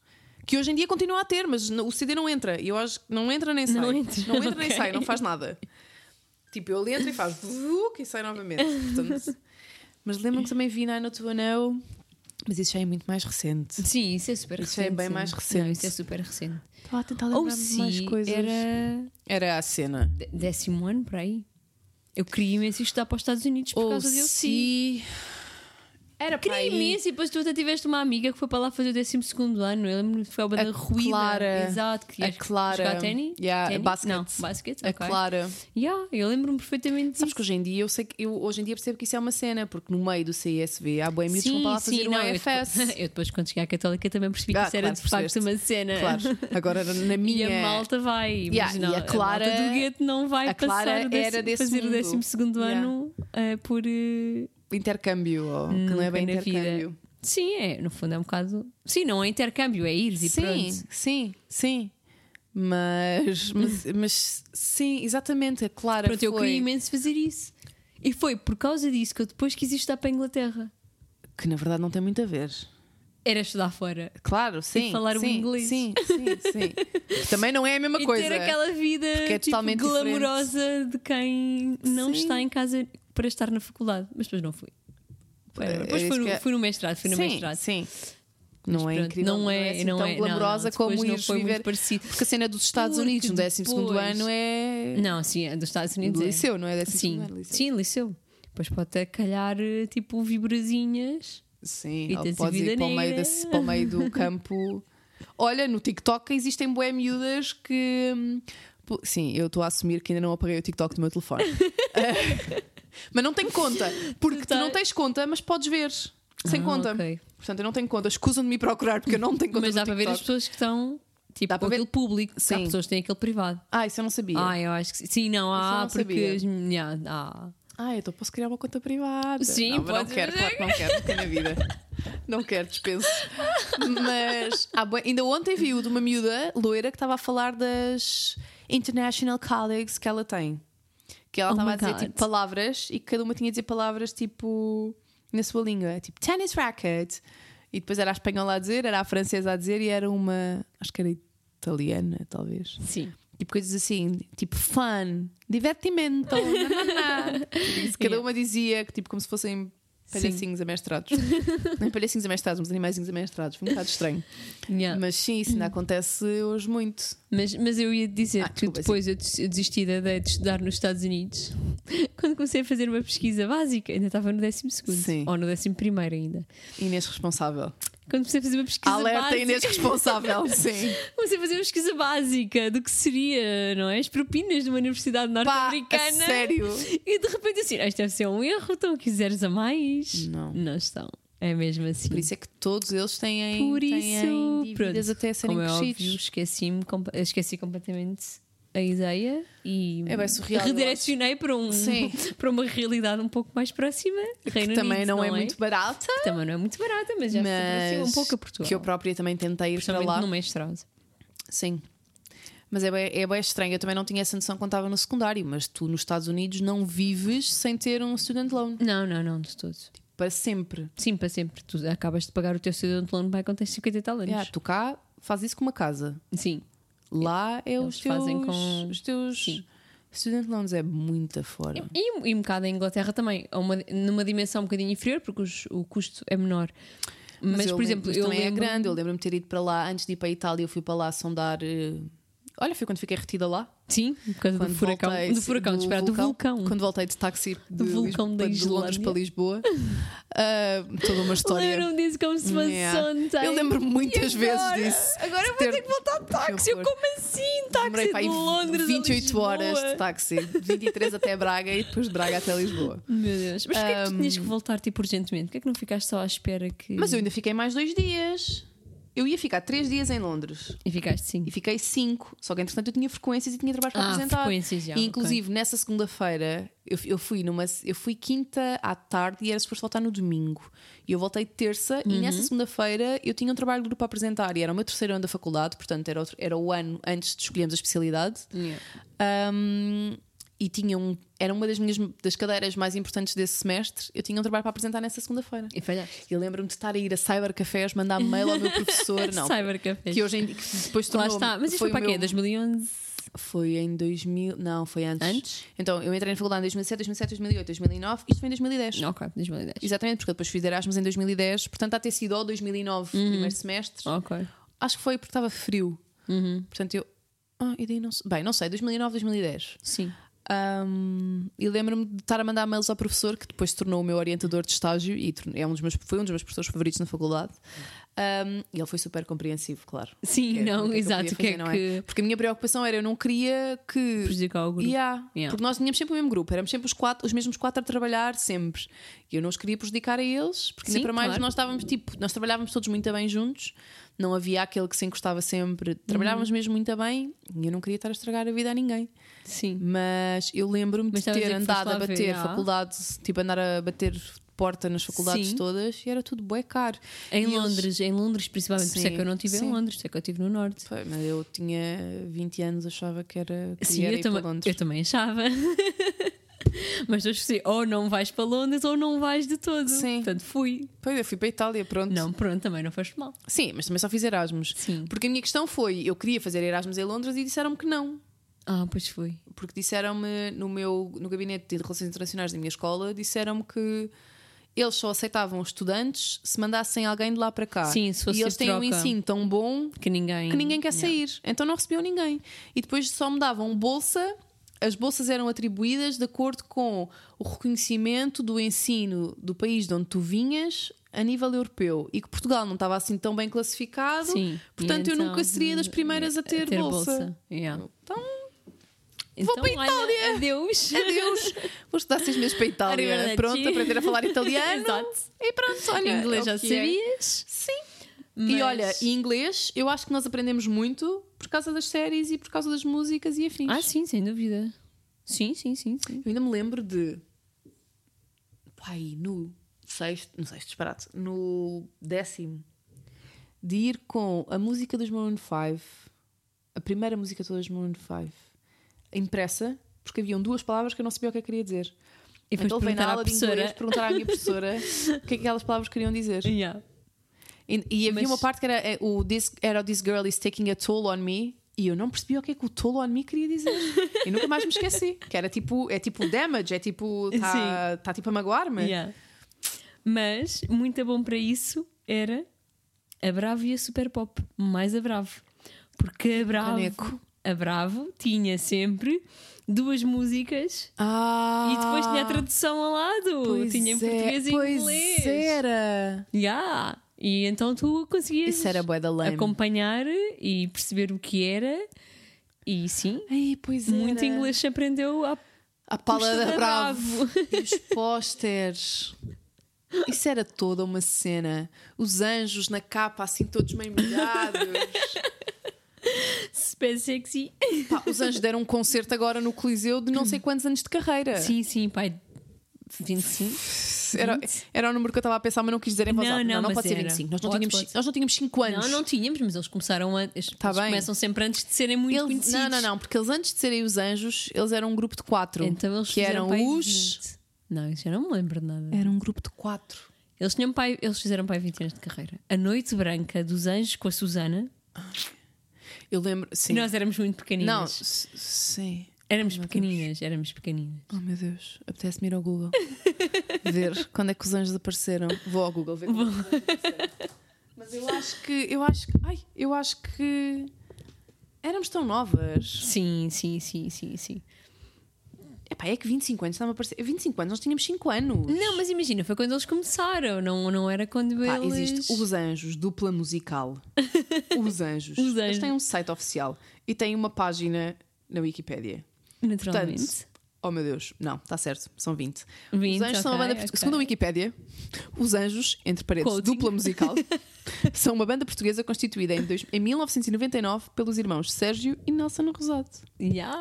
Que hoje em dia continua a ter, mas n- o CD não entra. E eu acho que não entra nem sai. Não entra, nem ok. sai, não faz nada. Tipo, ele entra e faz vuc e sai novamente. Portanto, mas lembro-me que também vi Nine to Know, mas isso já é muito mais recente. Sim, isso é super Isso é recente. bem mais Não, recente. isso é super recente. Estava a tentar Ou lembrar-me de mais se coisas. era Era a cena. dé- décimo ano, por aí. Eu queria imenso ir estudar para os Estados Unidos por Ou causa de eu sim. se. Oh, Era para Queria aí. imenso, e depois tu até tiveste uma amiga que foi para lá fazer o 12 ano. Eu lembro-me que foi ao A da Ruína. Clara. Exato, que A ias Clara. Jogar ténis? Yeah, a Ténis? basket. Não, basket, A ok. Clara. Yeah, eu lembro-me perfeitamente disso. Sabes que hoje em dia eu sei que eu hoje em dia percebo que isso é uma cena, porque no meio do CISV há boêmios que vão para lá fazer um eu AFS. depois, eu depois, quando cheguei à Católica, também percebi que Ah, isso era claro, de facto percebeste. uma cena. Claro. Agora na É. E minha. a malta vai, Yeah, mas e não, a Clara- malta do gueto não vai a Clara passar o décimo- era desse fazer o mundo. 12 segundo Yeah. ano eh, por... eh, Intercâmbio, ou, que não é bem nunca na Hum, vida. intercâmbio. Sim, é, no fundo é um bocado... Sim, não é intercâmbio, é ir e Sim, pronto. sim, sim. Mas, mas, mas sim, exatamente, a Clara. Pronto, eu foi- queria imenso fazer isso. E foi por causa disso que eu depois quis ir estudar para a Inglaterra. Que na verdade não tem muito a ver. Era estudar fora. Claro, sim. falar o sim, inglês. Sim, sim, sim. Que também não é a mesma e coisa. ter aquela vida é tipo, totalmente diferente. glamourosa de quem não Sim. está em casa para estar na faculdade. Mas depois não fui. Whatever. É, Depois é fui isso no, que é- fui no mestrado, fui no sim, mestrado. sim. Não é Pronto, incrível. Não é, assim não tão é. não, não, glamourosa depois como não ires foi viver. muito parecido. Porque a cena é dos Estados Porque Unidos, no 12 segundo depois- ano, é. Não, sim, é dos Estados Unidos. Do é. liceu, não é? 12º Sim, ano, liceu. sim, liceu. Depois pode até calhar eh, tipo vibrazinhas. Sim, E ou tens podes vida ir para o, meio negra. desse- para o meio do campo. Olha, no TikTok existem bué miúdas que. hum, pu- Sim, eu estou a assumir que ainda não apaguei o TikTok do meu telefone. Eh, mas não tenho conta, porque tu tá- não tens conta, mas podes ver. Sem Ah, conta. ok. Portanto, eu não tenho conta. Escusam de me procurar porque eu não tenho conta. Mas no dá para ver as TikTok. pessoas que estão tipo Dá com para ver- aquele público. Sim. Há Sim. pessoas que têm aquele privado. Ah, isso eu não sabia. Ah, eu acho que sim. Sim, não, eu há, não porque. sabia. as minhas- há. Ah, então posso criar uma conta privada. Sim, não, mas não podes quero, fazer. claro que não quero, porque na vida. Não quero dispenso. Mas há bué- ainda ontem vi o de uma miúda loira que estava a falar das international colleagues que ela tem. Que ela Oh estava my a dizer God. tipo palavras e cada uma tinha a dizer palavras tipo na sua língua, tipo tennis racket. E depois era a espanhola a dizer, era a francesa a dizer e era uma, acho que era italiana, talvez. Sim. Tipo coisas assim, tipo fun, divertimento. nananá. Isso, Cada uma dizia que tipo como se fossem palhacinhos amestrados. Não é palhacinhos amestrados, mas animaizinhos amestrados. Foi um bocado estranho. Yeah. Uhum. Mas sim, isso ainda acontece hoje muito. Mas, mas eu ia dizer Ah, que desculpa, depois eu des- eu desisti da ideia de estudar nos Estados Unidos quando comecei a fazer uma pesquisa básica. Ainda estava no 12 Sim. ou no 11 ainda. Inês responsável. Quando comecei a fazer uma pesquisa Alerta básica. Inês responsável, sim. Comecei a fazer uma pesquisa básica do que seria, não é? As propinas de uma universidade Pá, a norte-americana. sério. E de repente assim, ah, isto deve ser um erro, estão quiseres a mais. Não. Não estão. É mesmo assim. Por isso é que todos eles têm, Por têm isso, dívidas pronto, até serem Como é crescidos. óbvio, esqueci-me, compa- esqueci completamente a ideia e É bem surreal, eu redirecionei para, um, Sim. para uma realidade um pouco mais próxima. Reino Também Unido, não, é, muito barata. Que Também não é muito barata, mas já se aproxima um pouco a Portugal. que eu própria também tentei ir para principalmente lá. no mestrado. Sim. Mas é bem, é bem estranho. Eu também não tinha essa noção quando estava no secundário, mas tu nos Estados Unidos não vives sem ter um student loan Não, não, não, de todo. para sempre. Sim, para sempre. Tu acabas de pagar o teu student loan bem quando tens 50 e tal anos. Yeah, Ah, tu cá faz isso com uma casa. Sim. Lá é Eles os teus, fazem com- os teus Sim. student loans é muito fora. E, e um bocado a Inglaterra também, a uma- numa dimensão um bocadinho inferior, porque os- o custo é menor. Mas, eu por lembro- exemplo, mas eu também lembro, é grande. Eu lembro-me de ter ido para lá antes de ir para a Itália, eu fui para lá sondar. eh, Olha, foi quando fiquei retida lá. Sim, por causa do furacão. voltei- do furacão, do espera, do vulcão. Quando voltei de táxi de, Do vulcão Lisboa- da de Londres Islândia. para Lisboa. Ah, toda uma história. Lembram disso um como se fosse Yeah. ontem. Eu lembro-me muitas E vezes agora? disso. Agora eu vou Ter- ter que voltar de táxi. Eu horror. como assim? Táxi Demorei para de aí Londres a 28 horas de Lisboa? táxi, de 23 até Braga e depois de Braga até Lisboa. Meu Deus. Mas porquê é que tu Um, tinhas que voltar tipo urgentemente? Porquê é que não ficaste só à espera que. Mas eu ainda fiquei mais dois dias. Eu ia ficar três dias em Londres E ficaste sim. e fiquei cinco. Só que entretanto eu tinha frequências e tinha trabalho para Ah, apresentar. frequências já, e inclusive nessa segunda-feira eu, eu fui numa eu fui quinta à tarde e era suposto voltar no domingo. E eu voltei terça e Uhum. nessa segunda-feira eu tinha um trabalho de grupo a apresentar e era o meu terceiro ano da faculdade, portanto era, outro- era o ano antes de escolhermos a especialidade. Yeah. Um, e tinha um, era uma das minhas das cadeiras mais importantes desse semestre. Eu tinha um trabalho para apresentar nessa segunda-feira. E falhaste. E eu lembro-me de estar a ir a cybercafés, mandar mail ao meu professor, não. Cybercafé. Que hoje em, que depois Lá tornou está. Mas isto foi, o para quê? meu- 2011? Foi em 2000, não, foi antes. Antes? Então, eu entrei na faculdade em 2007, 2007, 2008, 2009, isto foi em 2010. Ok, 2010. Exatamente, porque eu depois fiz Erasmus em 2010, portanto, há ter sido ou 2009, Uhum. primeiro semestre. Ok. Acho que é foi porque estava frio. Uhum. Portanto, eu Ah, e daí não sei. Bem, não sei, 2009, 2010. Sim. Um, e lembro-me de estar a mandar mails ao professor, que depois se tornou o meu orientador de estágio e torn- é um dos meus, foi um dos meus professores favoritos na faculdade. Um, e ele foi super compreensivo, claro. Sim, Que é- não, como é que eu podia exato. O que é fazer, não é? que Porque a minha preocupação era eu não queria que. prejudicar o grupo? Yeah, Yeah. Porque nós tínhamos sempre o mesmo grupo, éramos sempre os, quatro, os mesmos quatro a trabalhar, sempre. E eu não os queria prejudicar a eles, porque Sim, ainda para mais claro. nós estávamos tipo, nós trabalhávamos todos muito bem juntos, não havia aquele que se encostava sempre, Uhum. trabalhávamos mesmo muito bem e eu não queria estar a estragar a vida a ninguém. Sim. Mas eu lembro-me Mas de estavas a ter dizer que andado a foste lá bater ver, ah. faculdade, tipo andar a bater porta nas faculdades Sim. todas e era tudo bué caro. Em E eles- Londres, em Londres principalmente, por isso é que eu não estive Sim, em sim. Londres, por isso é que eu estive no Norte. Pá, Mas eu tinha 20 anos, achava que era. Que Sim, era eu, ir para também- Londres. eu também achava. Mas depois percebi, ou não vais para Londres ou não vais de todo. Sim. Portanto, fui. Pois, eu fui para a Itália, pronto. Não, pronto, também não foste mal. Sim, mas também só fiz Erasmus. Sim. Porque a minha questão foi: eu queria fazer Erasmus em Londres e disseram-me que não. Ah, pois fui. Porque disseram-me no meu no gabinete de Relações Internacionais da minha escola, disseram-me que eles só aceitavam estudantes se mandassem alguém de lá para cá. Sim, se fosse e eles têm um troca. ensino tão bom Que ninguém. que ninguém quer Yeah. sair. Então não recebiam ninguém. E depois só me davam bolsa. As bolsas eram atribuídas de acordo com o reconhecimento do ensino do país de onde tu vinhas a nível europeu e que Portugal não estava assim tão bem classificado. Sim. Portanto, E eu então, é, eh, nunca seria das primeiras a ter, bolsa. Yeah. Então, Então, para a olha, Itália. adeus. adeus! Vou estudar seis meses para a Itália. Arrivederci. Pronto, aprender a falar italiano. Exato. E pronto, olha. Inglês é já o que é. sabias? Sim. Mas- E olha, e inglês, eu acho que nós aprendemos muito por causa das séries e por causa das músicas e afins. Ah, sim, sem dúvida. Sim, sim, sim. sim. Eu ainda me lembro de. Pai, no sexto. No sexto, disparate. No décimo. De ir com a música dos Maroon 5. A primeira música toda dos Maroon 5. Impressa, porque haviam duas palavras que eu não sabia o que eu queria dizer. Então E foste levei perguntar à professora. perguntar à minha professora o que é que aquelas palavras queriam dizer. Yeah. E, e havia Mas- uma parte que era é, o this, era o This Girl is Taking a Toll on Me. E eu não percebia o que é que o toll on me queria dizer. E nunca mais me esqueci. Que era tipo, é tipo damage, é tipo, está tá tipo a magoar-me. Yeah. Mas, muito bom para isso era a Bravo e a Super Pop. Mais a Bravo. Porque a Bravo, Caneco. a Bravo tinha sempre duas músicas Ah, e depois tinha a tradução ao lado. pois tinha em é, português e pois inglês. era. Yeah. E então tu conseguias Isso era bué né? da lame. acompanhar e perceber o que era. E sim, Ai, pois muito era. inglês tá se aprendeu à A pala custa da da Bravo. E os pósteres. Isso era toda uma cena. Os anjos na capa, assim, todos meio molhados. Super Sexy. Pá, os anjos deram um concerto agora no Coliseu de não sei quantos anos de carreira. Sim, sim, pai. 25. Era, era o número que eu estava a pensar, mas não quis dizer em voz Não, alta. Não, não, não, mas pode ser era. 25. Nós não, Pode, tínhamos, pode. ci- nós não tínhamos 5 anos. Não, não tínhamos, mas eles começaram antes. Tá eles bem. começam sempre antes de serem muito Eles, conhecidos. não, não, não, porque eles antes de serem os anjos, eles eram um grupo de 4. Então eles que fizeram eram pai os. 20. Não, isso eu não me lembro de nada. Era um grupo de 4. Eles, tinham pai, eles fizeram pai 20 anos de carreira. A Noite Branca dos Anjos com a Susana. Eu lembro. Sim. E nós éramos muito não, pequeninas. s- sim. éramos pequeninas, éramos pequeninas. Oh meu Deus, apetece-me ir ao Google ver quando é que os anjos apareceram. Vou ao Google ver quando é que os anjos apareceram. Mas eu acho que. Eu acho que. Ai, eu acho que. Éramos tão novas. Sim, sim, sim, sim, sim. Epá, é que 25 anos estava a parecer. 25 anos, nós tínhamos 5 anos. Não, mas imagina, foi quando eles começaram, não, não era quando Pá, eles. existe Os Anjos, dupla musical. Os Anjos. Os Eles têm Anjos. um site oficial e têm uma página na Wikipédia. Naturalmente. Portanto, oh meu Deus, não, está certo, são 20. 20, os Anjos são uma ok, banda. portu- ok. Segundo a Wikipédia, Os Anjos, entre paredes, Quoting. dupla musical, são uma banda portuguesa constituída em, dois- em 1999 pelos irmãos Sérgio e Nelson Rosado. Ya.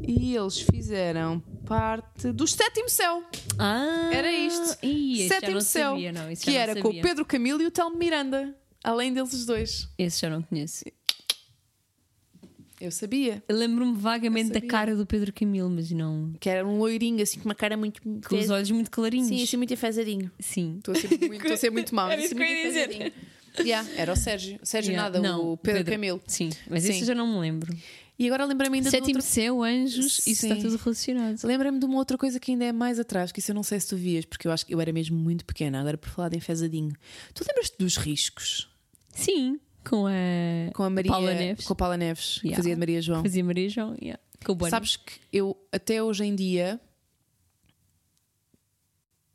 E eles fizeram parte do Sétimo Céu. Ah, Era isto. Ih, esse já Sétimo não Céu, sabia, não, esse já que não era com sabia. o Pedro Camilo e o Telmo Miranda. Além deles os dois. Esse já não conheço. Eu sabia. Eu Lembro-me vagamente da sabia. cara do Pedro Camilo, mas não. Que era um loirinho, assim, com uma cara muito. Com os olhos muito clarinhos. Sim, assim, muito afazadinho. Sim. Estou a ser muito, estou a ser muito mau. Era assim, isso que eu muito ia dizer. afazadinho. Yeah, era o Sérgio. O Sérgio Ya, nada, não, o Pedro, Camilo. Sim, mas Sim. esse eu já não me lembro. E agora lembrei-me ainda de Sétimo outra... Céu, Anjos, isso Sim. está tudo relacionado. Lembra-me de uma outra coisa que ainda é mais atrás, que isso eu não sei se tu vias, porque eu acho que eu era mesmo muito pequena, agora por falar de enfezadinho. Tu lembras-te dos riscos Sim, com a. com a Maria Paula Neves. com a Paula Neves que Yeah. fazia de Maria João? Fazia Maria João, ya. com o Bonnie. Sabes que eu até hoje em dia.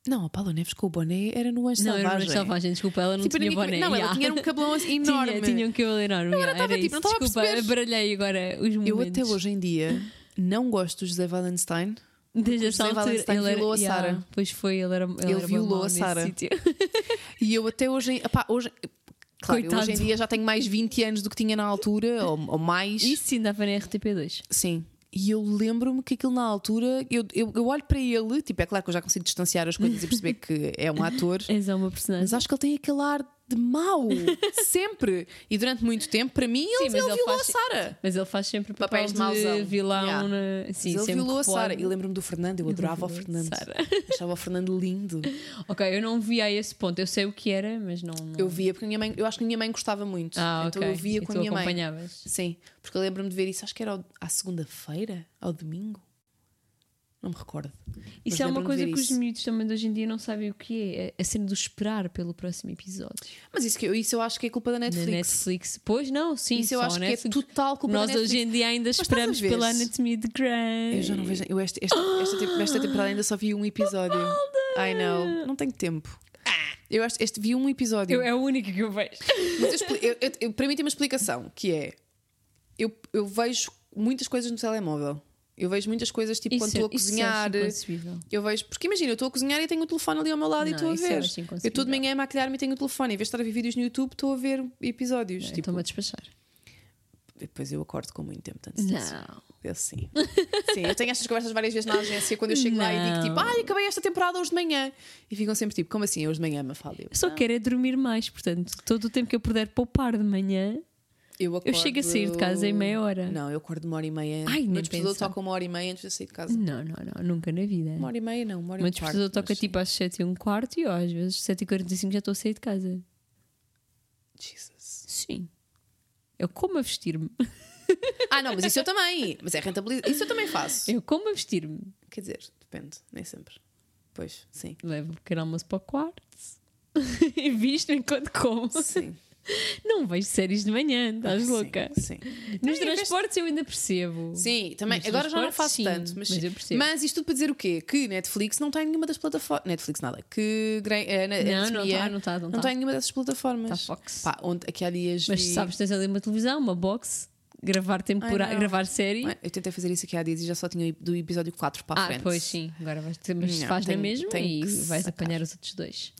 Não, a Paula Neves com o boné era no Anjo não, era Selvagem. uma selvagem, desculpa, ela não Tipo, tinha ninguém- boné. Não, ya. ela tinha um cabelão assim Tinha- enorme. Tinha um cabelo enorme. agora era estava tipo, isso. não estava a Desculpa, perceber. baralhei agora os momentos. Eu até hoje em dia não gosto do José Valenstein. Desde José essa altura, Valenstein ele era, violou a Ya, Sara. Pois foi, ele era. Ele, Ele era bem violou mau a nesse Sara. sítio. E eu até hoje. em- Epá, hoje claro, eu Coitado. hoje em dia já tenho mais 20 anos do que tinha na altura, ou, ou mais. Isso sim dava na RTP2. Sim. E eu lembro-me que aquilo na altura. Eu, eu, eu olho para ele, tipo, é claro que eu já consigo distanciar as coisas e perceber que é um ator. És uma personagem. Mas acho que ele tem aquele ar de mau, sempre. E durante muito tempo, para mim, Sim, ele, mas ele ele violou faz- a Sara. Mas ele faz sempre papel Papéis de mauzão. vilão. Yeah. na- Mas Sim, ele sempre violou a que pode. Sara. E lembro-me do Fernando, eu adorava o violou a Fernando. Sara. Ah. Achava o Fernando lindo. Ok, eu não vi a esse ponto. Eu sei o que era, mas não. não- Eu via, porque a minha mãe, eu acho que a minha mãe gostava muito. Ah, então ok. eu via E com tu a minha mãe. acompanhavas. Sim, porque eu lembro-me de ver isso, acho que era ao- à segunda-feira, ao domingo. Não me recordo. Mas Isso é uma lembro-me de coisa ver que os isso. miúdos também de hoje em dia não sabem o que é. é A cena do esperar pelo próximo episódio. Mas isso, que eu, isso eu acho que é culpa da Netflix. Na Netflix. Pois não, sim. Isso eu só acho a que é Netflix. total culpa Nós da Netflix. hoje em dia ainda estás a esperamos ver pela se- anatomia de Grey. Eu já não vejo. Eu esta, esta, esta, tem- esta temporada ainda só vi um episódio. I know. Não tenho tempo. Eu acho, este vi um episódio. Eu- é a única que eu vejo. Mas eu expli- eu- eu- eu- para mim tem uma explicação que é eu, eu vejo muitas coisas no telemóvel. Eu vejo muitas coisas tipo quando estou a cozinhar. eh, Eu vejo, porque imagina, eu estou a cozinhar e tenho o telefone ali ao meu lado e Não, estou a isso eu ver. acho Eu inconcebível. estou de manhã a maquilhar-me e tenho o telefone. Em vez de estar a ver vídeos no YouTube, estou a ver episódios. tipo, Estou-me a despachar. Depois eu acordo com muito tempo. Tanto Não. Eu sim. sim, eu tenho estas conversas várias vezes na agência quando eu chego lá e digo tipo, Não. ai, acabei esta temporada hoje de manhã. E ficam sempre tipo, como assim hoje de manhã, Mafalda? Eu, Eu só quero é dormir mais, portanto, todo o tempo que eu puder poupar de manhã, eu eu chego a sair de casa em meia hora. Não, eu acordo uma hora e meia. Ai, o nem meu despertador pensar. toca uma hora e meia antes de eu sair de casa. Não, não, não, nunca na vida. Uma hora e meia não, uma hora O meu e um quarto. despertador toca mas- tipo às 7 e um quarto e eu às vezes 7h45 já estou a sair de casa. Jesus. Sim. Eu como a vestir-me. Ah, não, mas isso eu também. Mas é rentabilizado. Isso eu também faço. Eu como a vestir-me. Quer dizer, depende, nem sempre. Pois, sim. Levo o pequeno almoço para o quarto e visto enquanto como. Sim. Não vejo séries de manhã, estás Sim, louca? Sim. Nos Não, e a vez- transportes eu ainda percebo. Sim, também. Nos Agora já não transportes, faço sim, tanto, mas, mas eu percebo. mas isto tudo para dizer o quê? Que Netflix não tem nenhuma das plataformas. Netflix nada. Que Grey- eh, Não, na- não Anatomia está, não está, não tá. não está. tem nenhuma dessas plataformas. Está Fox. Pá, onde, aqui há dias. Mas vi- sabes, tens ali uma televisão, uma box, gravar tempora... Ai, não. gravar série. Ué, Eu tentei fazer isso aqui há dias e já só tinha do episódio 4 para a ah, frente. pois sim, agora vais ter, mas Não, faz na tenho- mesma e tenho que vais sacar. apanhar os outros dois.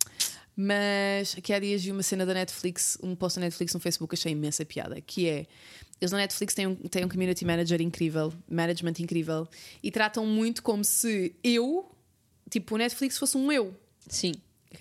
Mas aqui há dias vi uma cena da Netflix, um post da Netflix no Facebook, achei imensa piada, que é eles na Netflix têm um, têm um community manager incrível, management incrível, e tratam muito como se eu, tipo, o Netflix fosse um eu. Sim.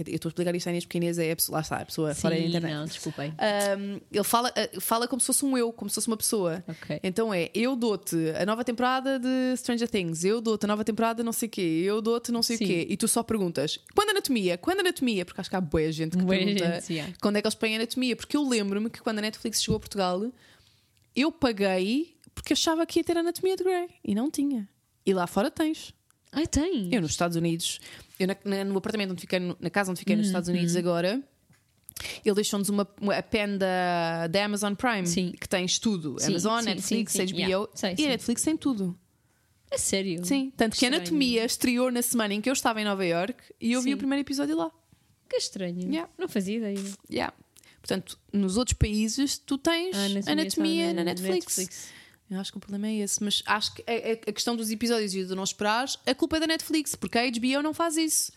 Eu estou a explicar isto à Inês Pequenez, é a pessoa, lá está, a pessoa fora da sim, internet. Ah, não, desculpem. Ahm, ele fala, ah, fala como se fosse um eu, como se fosse uma pessoa. Ok. Então é, eu dou-te a nova temporada de Stranger Things, eu dou-te a nova temporada não sei o quê, eu dou-te não sei Sim. o quê. E tu só perguntas, quando anatomia? Quando anatomia? Porque acho que há boa gente que Bué pergunta gente, yeah. quando é que eles põem anatomia. Porque eu lembro-me que quando a Netflix chegou a Portugal, eu paguei porque achava que ia ter anatomia de Grey e não tinha. E lá fora tens. Ai, tem. Eu nos Estados Unidos, eu na- na- no apartamento onde fiquei, no- na casa onde fiquei nos Estados Uhum. Unidos agora, ele deixou-nos uma, uma a pen da, da Amazon Prime, Sim. que tens tudo: Sim, Amazon, sim, Netflix, sim, sim, HBO. yeah. Sei, e sim. a Netflix tem tudo. É sério. Sim. Tanto que a estranho. Anatomia estreou na semana em que eu estava em Nova York e eu vi Sim. o primeiro episódio lá. Que estranho. Yeah. Não fazia ideia. Yeah. Portanto, nos outros países tu tens A anatomia, Ah, está na Netflix. Eu acho que o problema é esse, mas acho que a, a- a questão dos episódios e do não esperares, a culpa é da Netflix, porque a HBO não faz isso.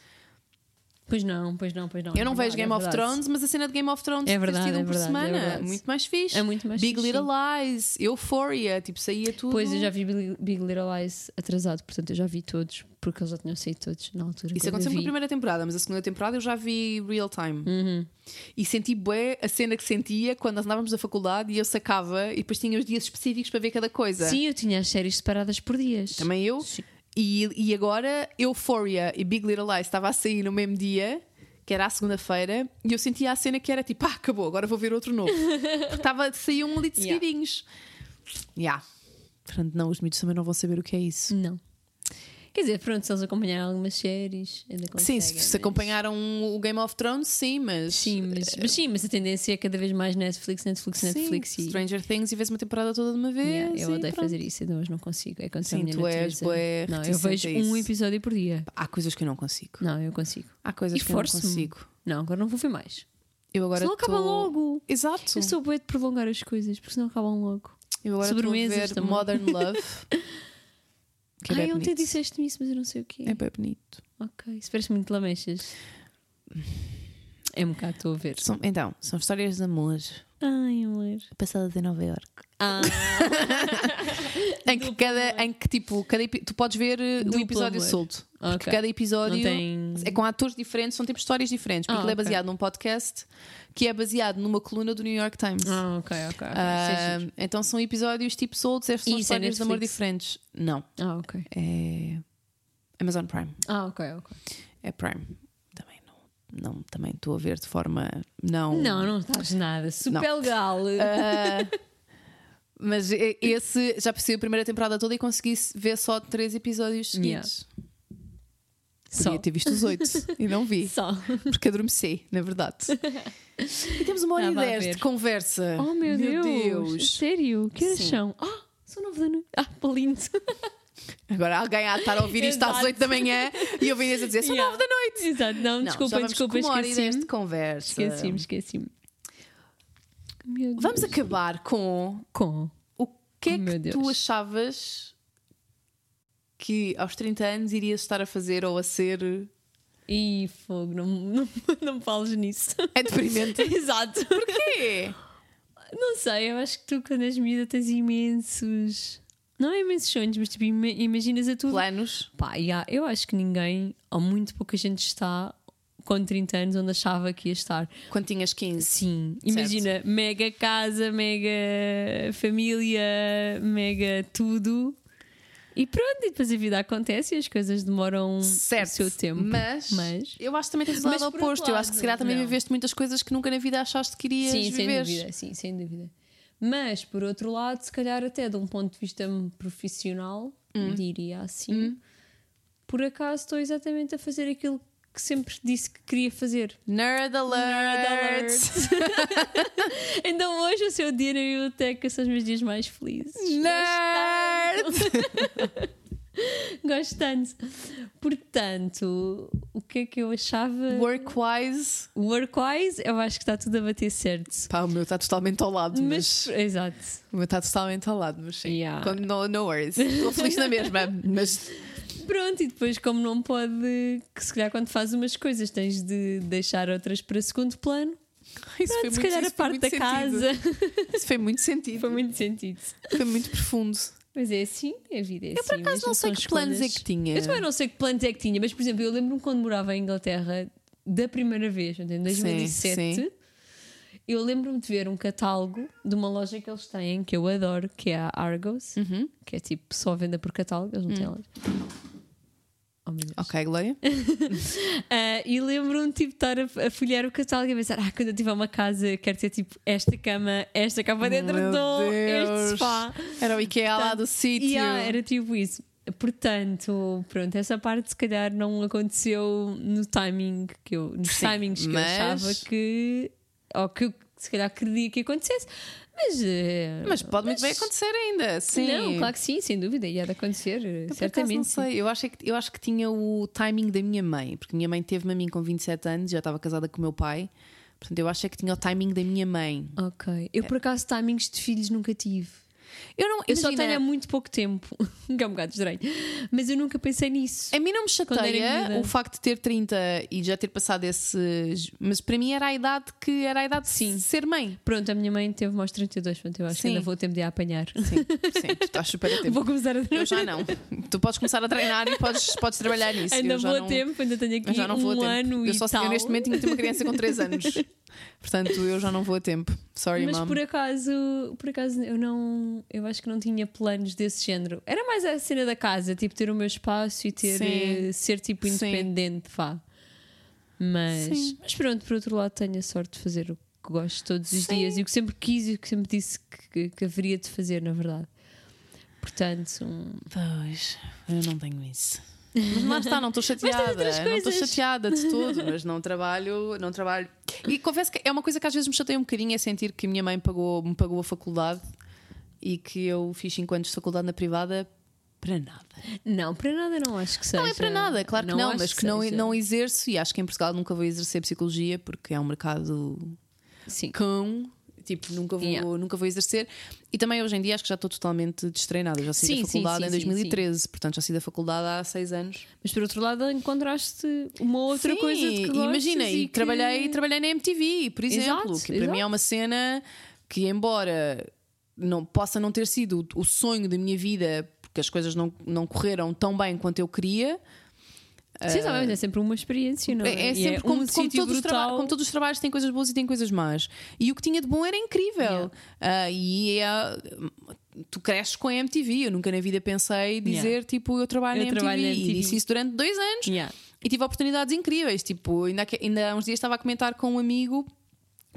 Pois não, pois não, pois não. Eu não É verdade, vejo Game é of verdade. Thrones, mas a cena de Game of Thrones É ter verdade, sido é um por verdade, é semana. verdade. muito mais fixe. É muito mais Big fixe, Little Lies, Euphoria, tipo, saía tudo. Pois eu já vi Big- Big Little Lies atrasado, portanto eu já vi todos, porque eles já tinham saído todos na altura. Isso aconteceu com a primeira temporada, mas a segunda temporada eu já vi real time. Uhum. E senti bué a cena que sentia quando nós andávamos da faculdade e eu sacava e depois tinha os dias específicos para ver cada coisa. Sim, eu tinha as séries separadas por dias. Também eu. Sim. E, e agora Euphoria e Big Little Lies estava a sair no mesmo dia, que era à segunda-feira, e eu sentia a cena que era tipo, ah, acabou, agora vou ver outro novo. Porque estava a sair um ali de Yeah. seguidinhos. Yeah. Portanto, não, os miúdos também não vão saber o que é isso. Não. Quer dizer, pronto, se eles acompanharam algumas séries, ainda Sim, conseguem. se, mas- se acompanharam o Game of Thrones, sim, mas. Sim mas, mas sim, mas a tendência é cada vez mais Netflix, Netflix, Sim, Netflix e. Stranger Things e vês uma temporada toda de uma vez. Yeah, e eu odeio pronto. fazer isso, então hoje não consigo. É contra Sim, a minha tu és natureza. bué não, eu reticente vejo a um isso. episódio por dia. Há coisas que eu não consigo. Não, eu consigo. Há coisas E que eu não forço-me. consigo. Não, agora não vou ver mais. Eu agora Senão acaba tô- logo. Exato. Eu sou boa de prolongar as coisas, porque senão acabam logo. Eu agora estou a Sobremesas ver também. Modern Love. que é ah, bem ontem assim. bonito. disseste-me isso, mas eu não sei o quê. É bem bonito. Ok, isso parece muito lamechas. É um bocado, estou a ver. São- então, são histórias de amor Ai, amor. passadas em Nova York. Ah, Em que, cada, em que tipo, cada, epi- tu podes ver eh, o Duplo episódio amor. solto. Porque Ok. cada episódio não tem. é com atores diferentes, são tipo histórias diferentes. Porque Ah, ele é ok. baseado num podcast que é baseado numa coluna do New York Times. Ah, ok, ok. ok. Ah, Isso é giro. então são episódios tipo soltos, estas são E isso é histórias de amor Netflix? diferentes. Não, Ah, ok. é Amazon Prime. Ah, ok, ok. É Prime. Também não, não também estou a ver de forma não. Não, não estás nada. Super Não. legal. Ah, mas e- esse já percebi a primeira temporada toda e consegui ver só três episódios seguidos. Só. Podia ter visto os oito e não vi. Só. Porque adormeci, na verdade. E temos uma hora Ah, e vá dez ver. de conversa. Oh meu, Deus. Sério? Que horas Sim. são? Ah, são nove da noite. Ah, lindo. Agora alguém há de estar a ouvir isto às Exato. oito da manhã e ouvir a dizer são Yeah. nove da noite. Exato, não, Não, já desculpa, vamos desculpa, com uma hora e dez de esqueci-me. conversa. Esqueci-me, esqueci-me. Meu Deus. Vamos acabar com com. o que é Oh, meu que tu Deus. achavas que aos 30 anos irias estar a fazer ou a ser. Ih, fogo, não, não, não fales nisso. É deprimente. Exato. Porquê? Não sei, eu acho que tu, quando és miúda, tens imensos. Não é imensos sonhos, mas tipo, ima- imaginas a tua. Planos. Pá, e há- eu acho que ninguém, ou muito pouca gente está com 30 anos onde achava que ia estar. Quando tinhas 15. Sim, imagina, mega casa, mega família, mega tudo. E pronto, e depois a vida acontece e as coisas demoram Certo. o seu tempo. Mas, Mas- eu acho que também tens o Mas lado por outro oposto. Eu acho que se calhar lado, também não. viveste muitas coisas que nunca na vida achaste que irias Sim, sem viver. dúvida, sim, sem dúvida. Mas, por outro lado, se calhar até de um ponto de vista profissional, Hum. diria assim, por acaso estou exatamente a fazer aquilo que sempre disse que queria fazer. Nerd alert. então hoje o seu dia na biblioteca são os meus dias mais felizes. Nerd! Gosto tanto. Portanto, o que é que eu achava? Workwise. Workwise, eu acho que está tudo a bater certo. Pá, o meu está totalmente ao lado, Mas, mas. exato. O meu está totalmente ao lado, mas sim. Yeah. Quando- No, no worries. Estou feliz na mesma, mas Pronto, e depois, como não pode, que se calhar quando faz umas coisas tens de deixar outras para segundo plano, Isso Pronto, se calhar a parte da casa. Isso foi muito sentido. Foi muito sentido. Foi muito profundo. Mas é assim, a vida é assim. por acaso mesmo não sei são que planos é escolhas. que tinha. Eu também não sei que planos é que tinha, mas por exemplo, eu lembro-me quando morava em Inglaterra da primeira vez, portanto, em 2007. sim. Eu lembro-me de ver um catálogo de uma loja que eles têm, que eu adoro, que é a Argos, Uhum. que é tipo só venda por catálogo, eles não Hum. têm loja. Oh, meu Deus. Ok, Glória. Ah, e lembro-me tipo, de estar a, a folhear o catálogo e a pensar: ah, quando eu tiver uma casa, quero ter tipo esta cama, esta cama dentro Meu do, Deus. este sofá. Era o IKEA lá do sítio. Yeah, Tá. era tipo isso. Portanto, pronto, essa parte se calhar não aconteceu no timing que eu, nos Sim, timings que mas- eu achava que, ou que eu se calhar queria que acontecesse, mas, eh, Mas pode muito bem acontecer ainda. Sim. Não, claro que sim, sem dúvida, ia de acontecer, eh, Eu, por acaso, certamente. não sim. sei. Eu acho, é que, eu acho que tinha o timing da minha mãe, porque minha mãe teve-me a mim com 27 anos, já estava casada com o meu pai. Portanto, eu acho é que tinha o timing da minha mãe. Ok, eu por acaso timings de filhos nunca tive. Eu não. É. Eu só imagina, tenho há muito pouco tempo, que é um bocado estranho, mas eu nunca pensei nisso. A mim não me Quando era chateia miúda. o facto de ter 30 e já ter passado esses. Mas para mim era a idade que era a idade Sim. de ser mãe. Pronto, a minha mãe teve mais 32, portanto eu acho que Sim. ainda vou ter de a apanhar. Sim, sim, tu estás super a tempo. Vou começar a Eu já não. Tu podes começar a treinar e podes, podes trabalhar nisso. Ainda eu já vou não, a tempo, ainda tenho Eu aqui já não um vou a tempo. ano eu e só tal. eu neste momento tinha uma criança com 3 anos. Portanto, eu já não vou a tempo. Sorry, mas mom. por acaso, por acaso eu não, eu acho que não tinha planos desse género. Era mais a cena da casa, tipo ter o meu espaço e ter Sim. eh, ser tipo Sim. independente, vá. Mas, Sim. mas pronto, por outro lado tenho a sorte de fazer o que gosto todos os Sim. dias e o que sempre quis e o que sempre disse que, que, que haveria de fazer, na verdade. Portanto, um, Pois, eu não tenho isso. Mas lá está, não estou chateada. outras Não estou coisas. chateada de tudo, mas não trabalho, não trabalho. E confesso que é uma coisa que às vezes me chateia um bocadinho é sentir que a minha mãe pagou, me pagou a faculdade e que eu fiz 5 anos de faculdade na privada para nada. não, para nada não acho que seja. Não é para nada, claro que não, acho mas que não, seja. não exerço e acho que em Portugal nunca vou exercer psicologia porque é um mercado Sim. cão. Tipo, nunca vou, Yeah. nunca vou exercer. E também hoje em dia acho que já estou totalmente destreinada. Eu Já saí Sim, da sim, faculdade sim, em sim, 2013, portanto já saí da faculdade há seis anos. Mas por outro lado encontraste uma outra Sim, coisa de que gostas Imagina, e, e que- trabalhei, trabalhei na MTV, por exemplo, Exato, que para mim é exato. uma cena que, embora não possa não ter sido o o sonho da minha vida, porque as coisas não, não correram tão bem quanto eu queria, Sim, tá bem, mas é sempre uma experiência, não é? Ah, É, é E sempre como, um como sítio todos os traba- brutal. como todos os trabalhos têm coisas boas e têm coisas más. E o que tinha de bom era incrível. Yeah. Ah, e é- tu cresces com a MTV. Eu nunca na vida pensei dizer Yeah. tipo eu trabalho Eu na MTV. trabalho na E MTV. disse isso durante dois anos Yeah. e tive oportunidades incríveis. Tipo, ainda, há que- ainda há uns dias estava a comentar com um amigo.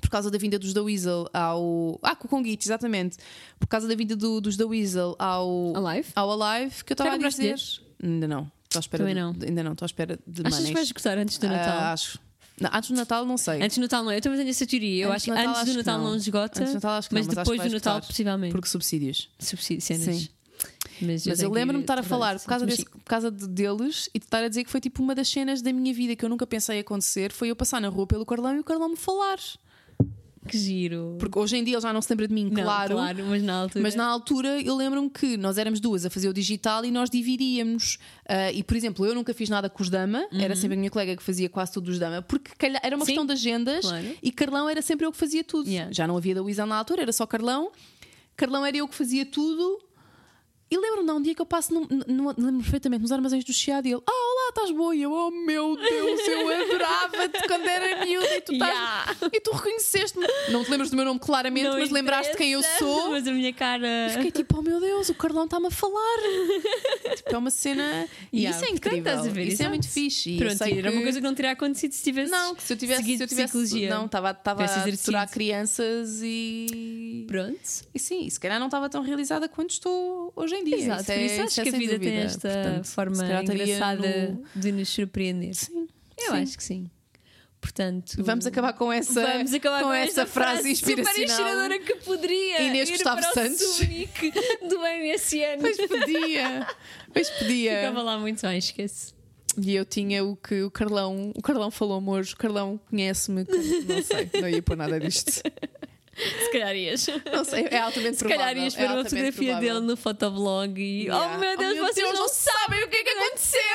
Por causa da vinda dos Da Weasel ao. Ah, com o Conguito, exatamente. Por causa da vinda do- dos Da Weasel ao. Alive? Ao Alive, que eu estava a compraste dizer. Ainda não. Estava estou à espera. Também de- não. de- ainda não, estou à espera de Achas manis. que vais gostar antes do Ah, Natal? acho. Não, antes do Natal não sei. Antes do Natal não, eu também tenho essa teoria. Eu Antes acho do que Natal, antes do acho que Natal não. não esgota, Antes do Natal acho que mas não, mas acho que depois do vais Natal, gostar. possivelmente. Porque subsídios. Subsídio, cenas. Sim. Mas Mas eu tenho que é lembro-me de estar a tornar falar por causa, isso. desse- por causa de- deles e de estar a dizer que foi tipo uma das cenas da minha vida que eu nunca pensei acontecer foi eu passar na rua pelo Carlão e o Carlão me falar. Que giro. Porque hoje em dia ele já não se lembra de mim, Não, claro. mas na altura. Mas na altura eu lembro-me que nós éramos duas a fazer o digital e nós dividíamos. Ah, e, por exemplo, eu nunca fiz nada com os Dama, era sempre a minha colega que fazia quase tudo os Dama, porque calhar- era uma Uhum. Sim, questão de agendas claro. e Carlão era sempre eu que fazia tudo. Yeah. Já não havia da Luísa na altura, era só Carlão. Carlão era eu que fazia tudo. E lembro-me de um dia que eu passo, num- num- lembro-me perfeitamente, nos armazéns do Chiado e ele, ah, olá, estás boa? E eu, oh meu Deus, eu adorava-te quando era miúda e tu, estás- Yeah. e tu reconheceste-me. Não te lembras do meu nome claramente, Não mas lembraste quem eu interessa, sou. Mas a minha cara. E Fiquei tipo, oh meu Deus, o Carlão está-me a falar. tipo, é uma cena. E Yeah, isso é portanto, incrível. estás a ver, isso é exato. muito fixe. E eu Pronto, sei era uma que- coisa que não teria acontecido se tivesse. Não, que se eu tivesse. seguido Se eu tivesse psicologia. Não, estava estava Tivesse a exercido. torturar crianças e. Pronto. E sim, e se calhar não estava tão realizada quanto estou hoje em dia. Exato, Isso por é, isso isso acho é que a sem vida tem dúvida. esta Portanto, se forma calhar estaria engraçada no- de nos surpreender. Sim. Eu sim. acho que sim. Portanto, Vamos acabar com essa, vamos acabar com essa frase super inspiracional. inspiradora que poderia Inês ir Gustavo para Santos. o Sunic do MSN. Pois é. podia. Pois podia. Ficava lá muito bem, esquece. E eu tinha o que o Carlão, o Carlão falou-me hoje, o Carlão conhece-me, que- não sei, não ia pôr nada disto. Se calhar ias. Não sei, é altamente Se calhar provável, ias é ver uma altamente fotografia provável. dele no fotoblog e. Yeah. Oh meu Deus, vocês Deus, não sabem o que é que aconteceu!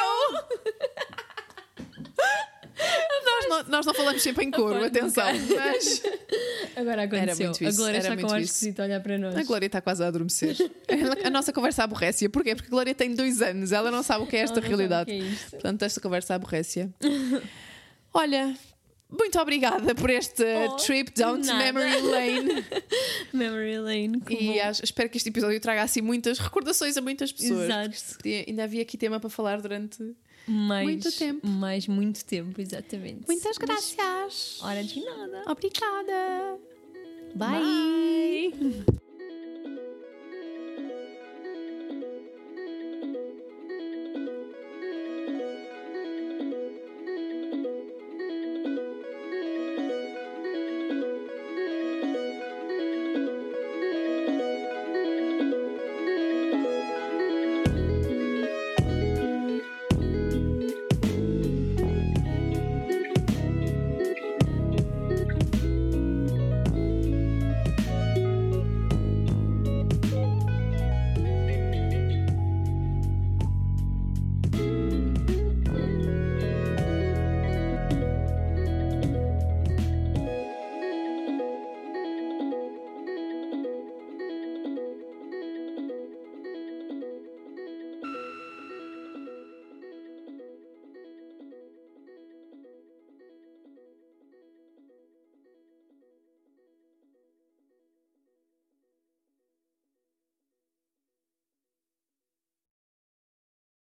nós, não, nós não falamos sempre em coro, Aposto, atenção, mas Agora aconteceu. muito isso, A Glória era está com muito um ar isso. esquisito a olhar para nós. a Glória está quase a adormecer. Ela- A nossa conversa aborrece-a. Porquê? Porque a Glória tem dois anos, ela não sabe o que é esta Ela não sabe o que é realidade. isto. Portanto, esta conversa aborrece-a. Olha, muito obrigada por este Oh, trip down de to nada. memory lane. Memory Lane. que e bom. acho- espero que este episódio traga assim muitas recordações a muitas pessoas. Exato. Podia- Ainda havia aqui tema para falar durante. Mais, Muito tempo. Mais muito tempo, exatamente. Muitas graças. Hora de nada. Obrigada. Bye.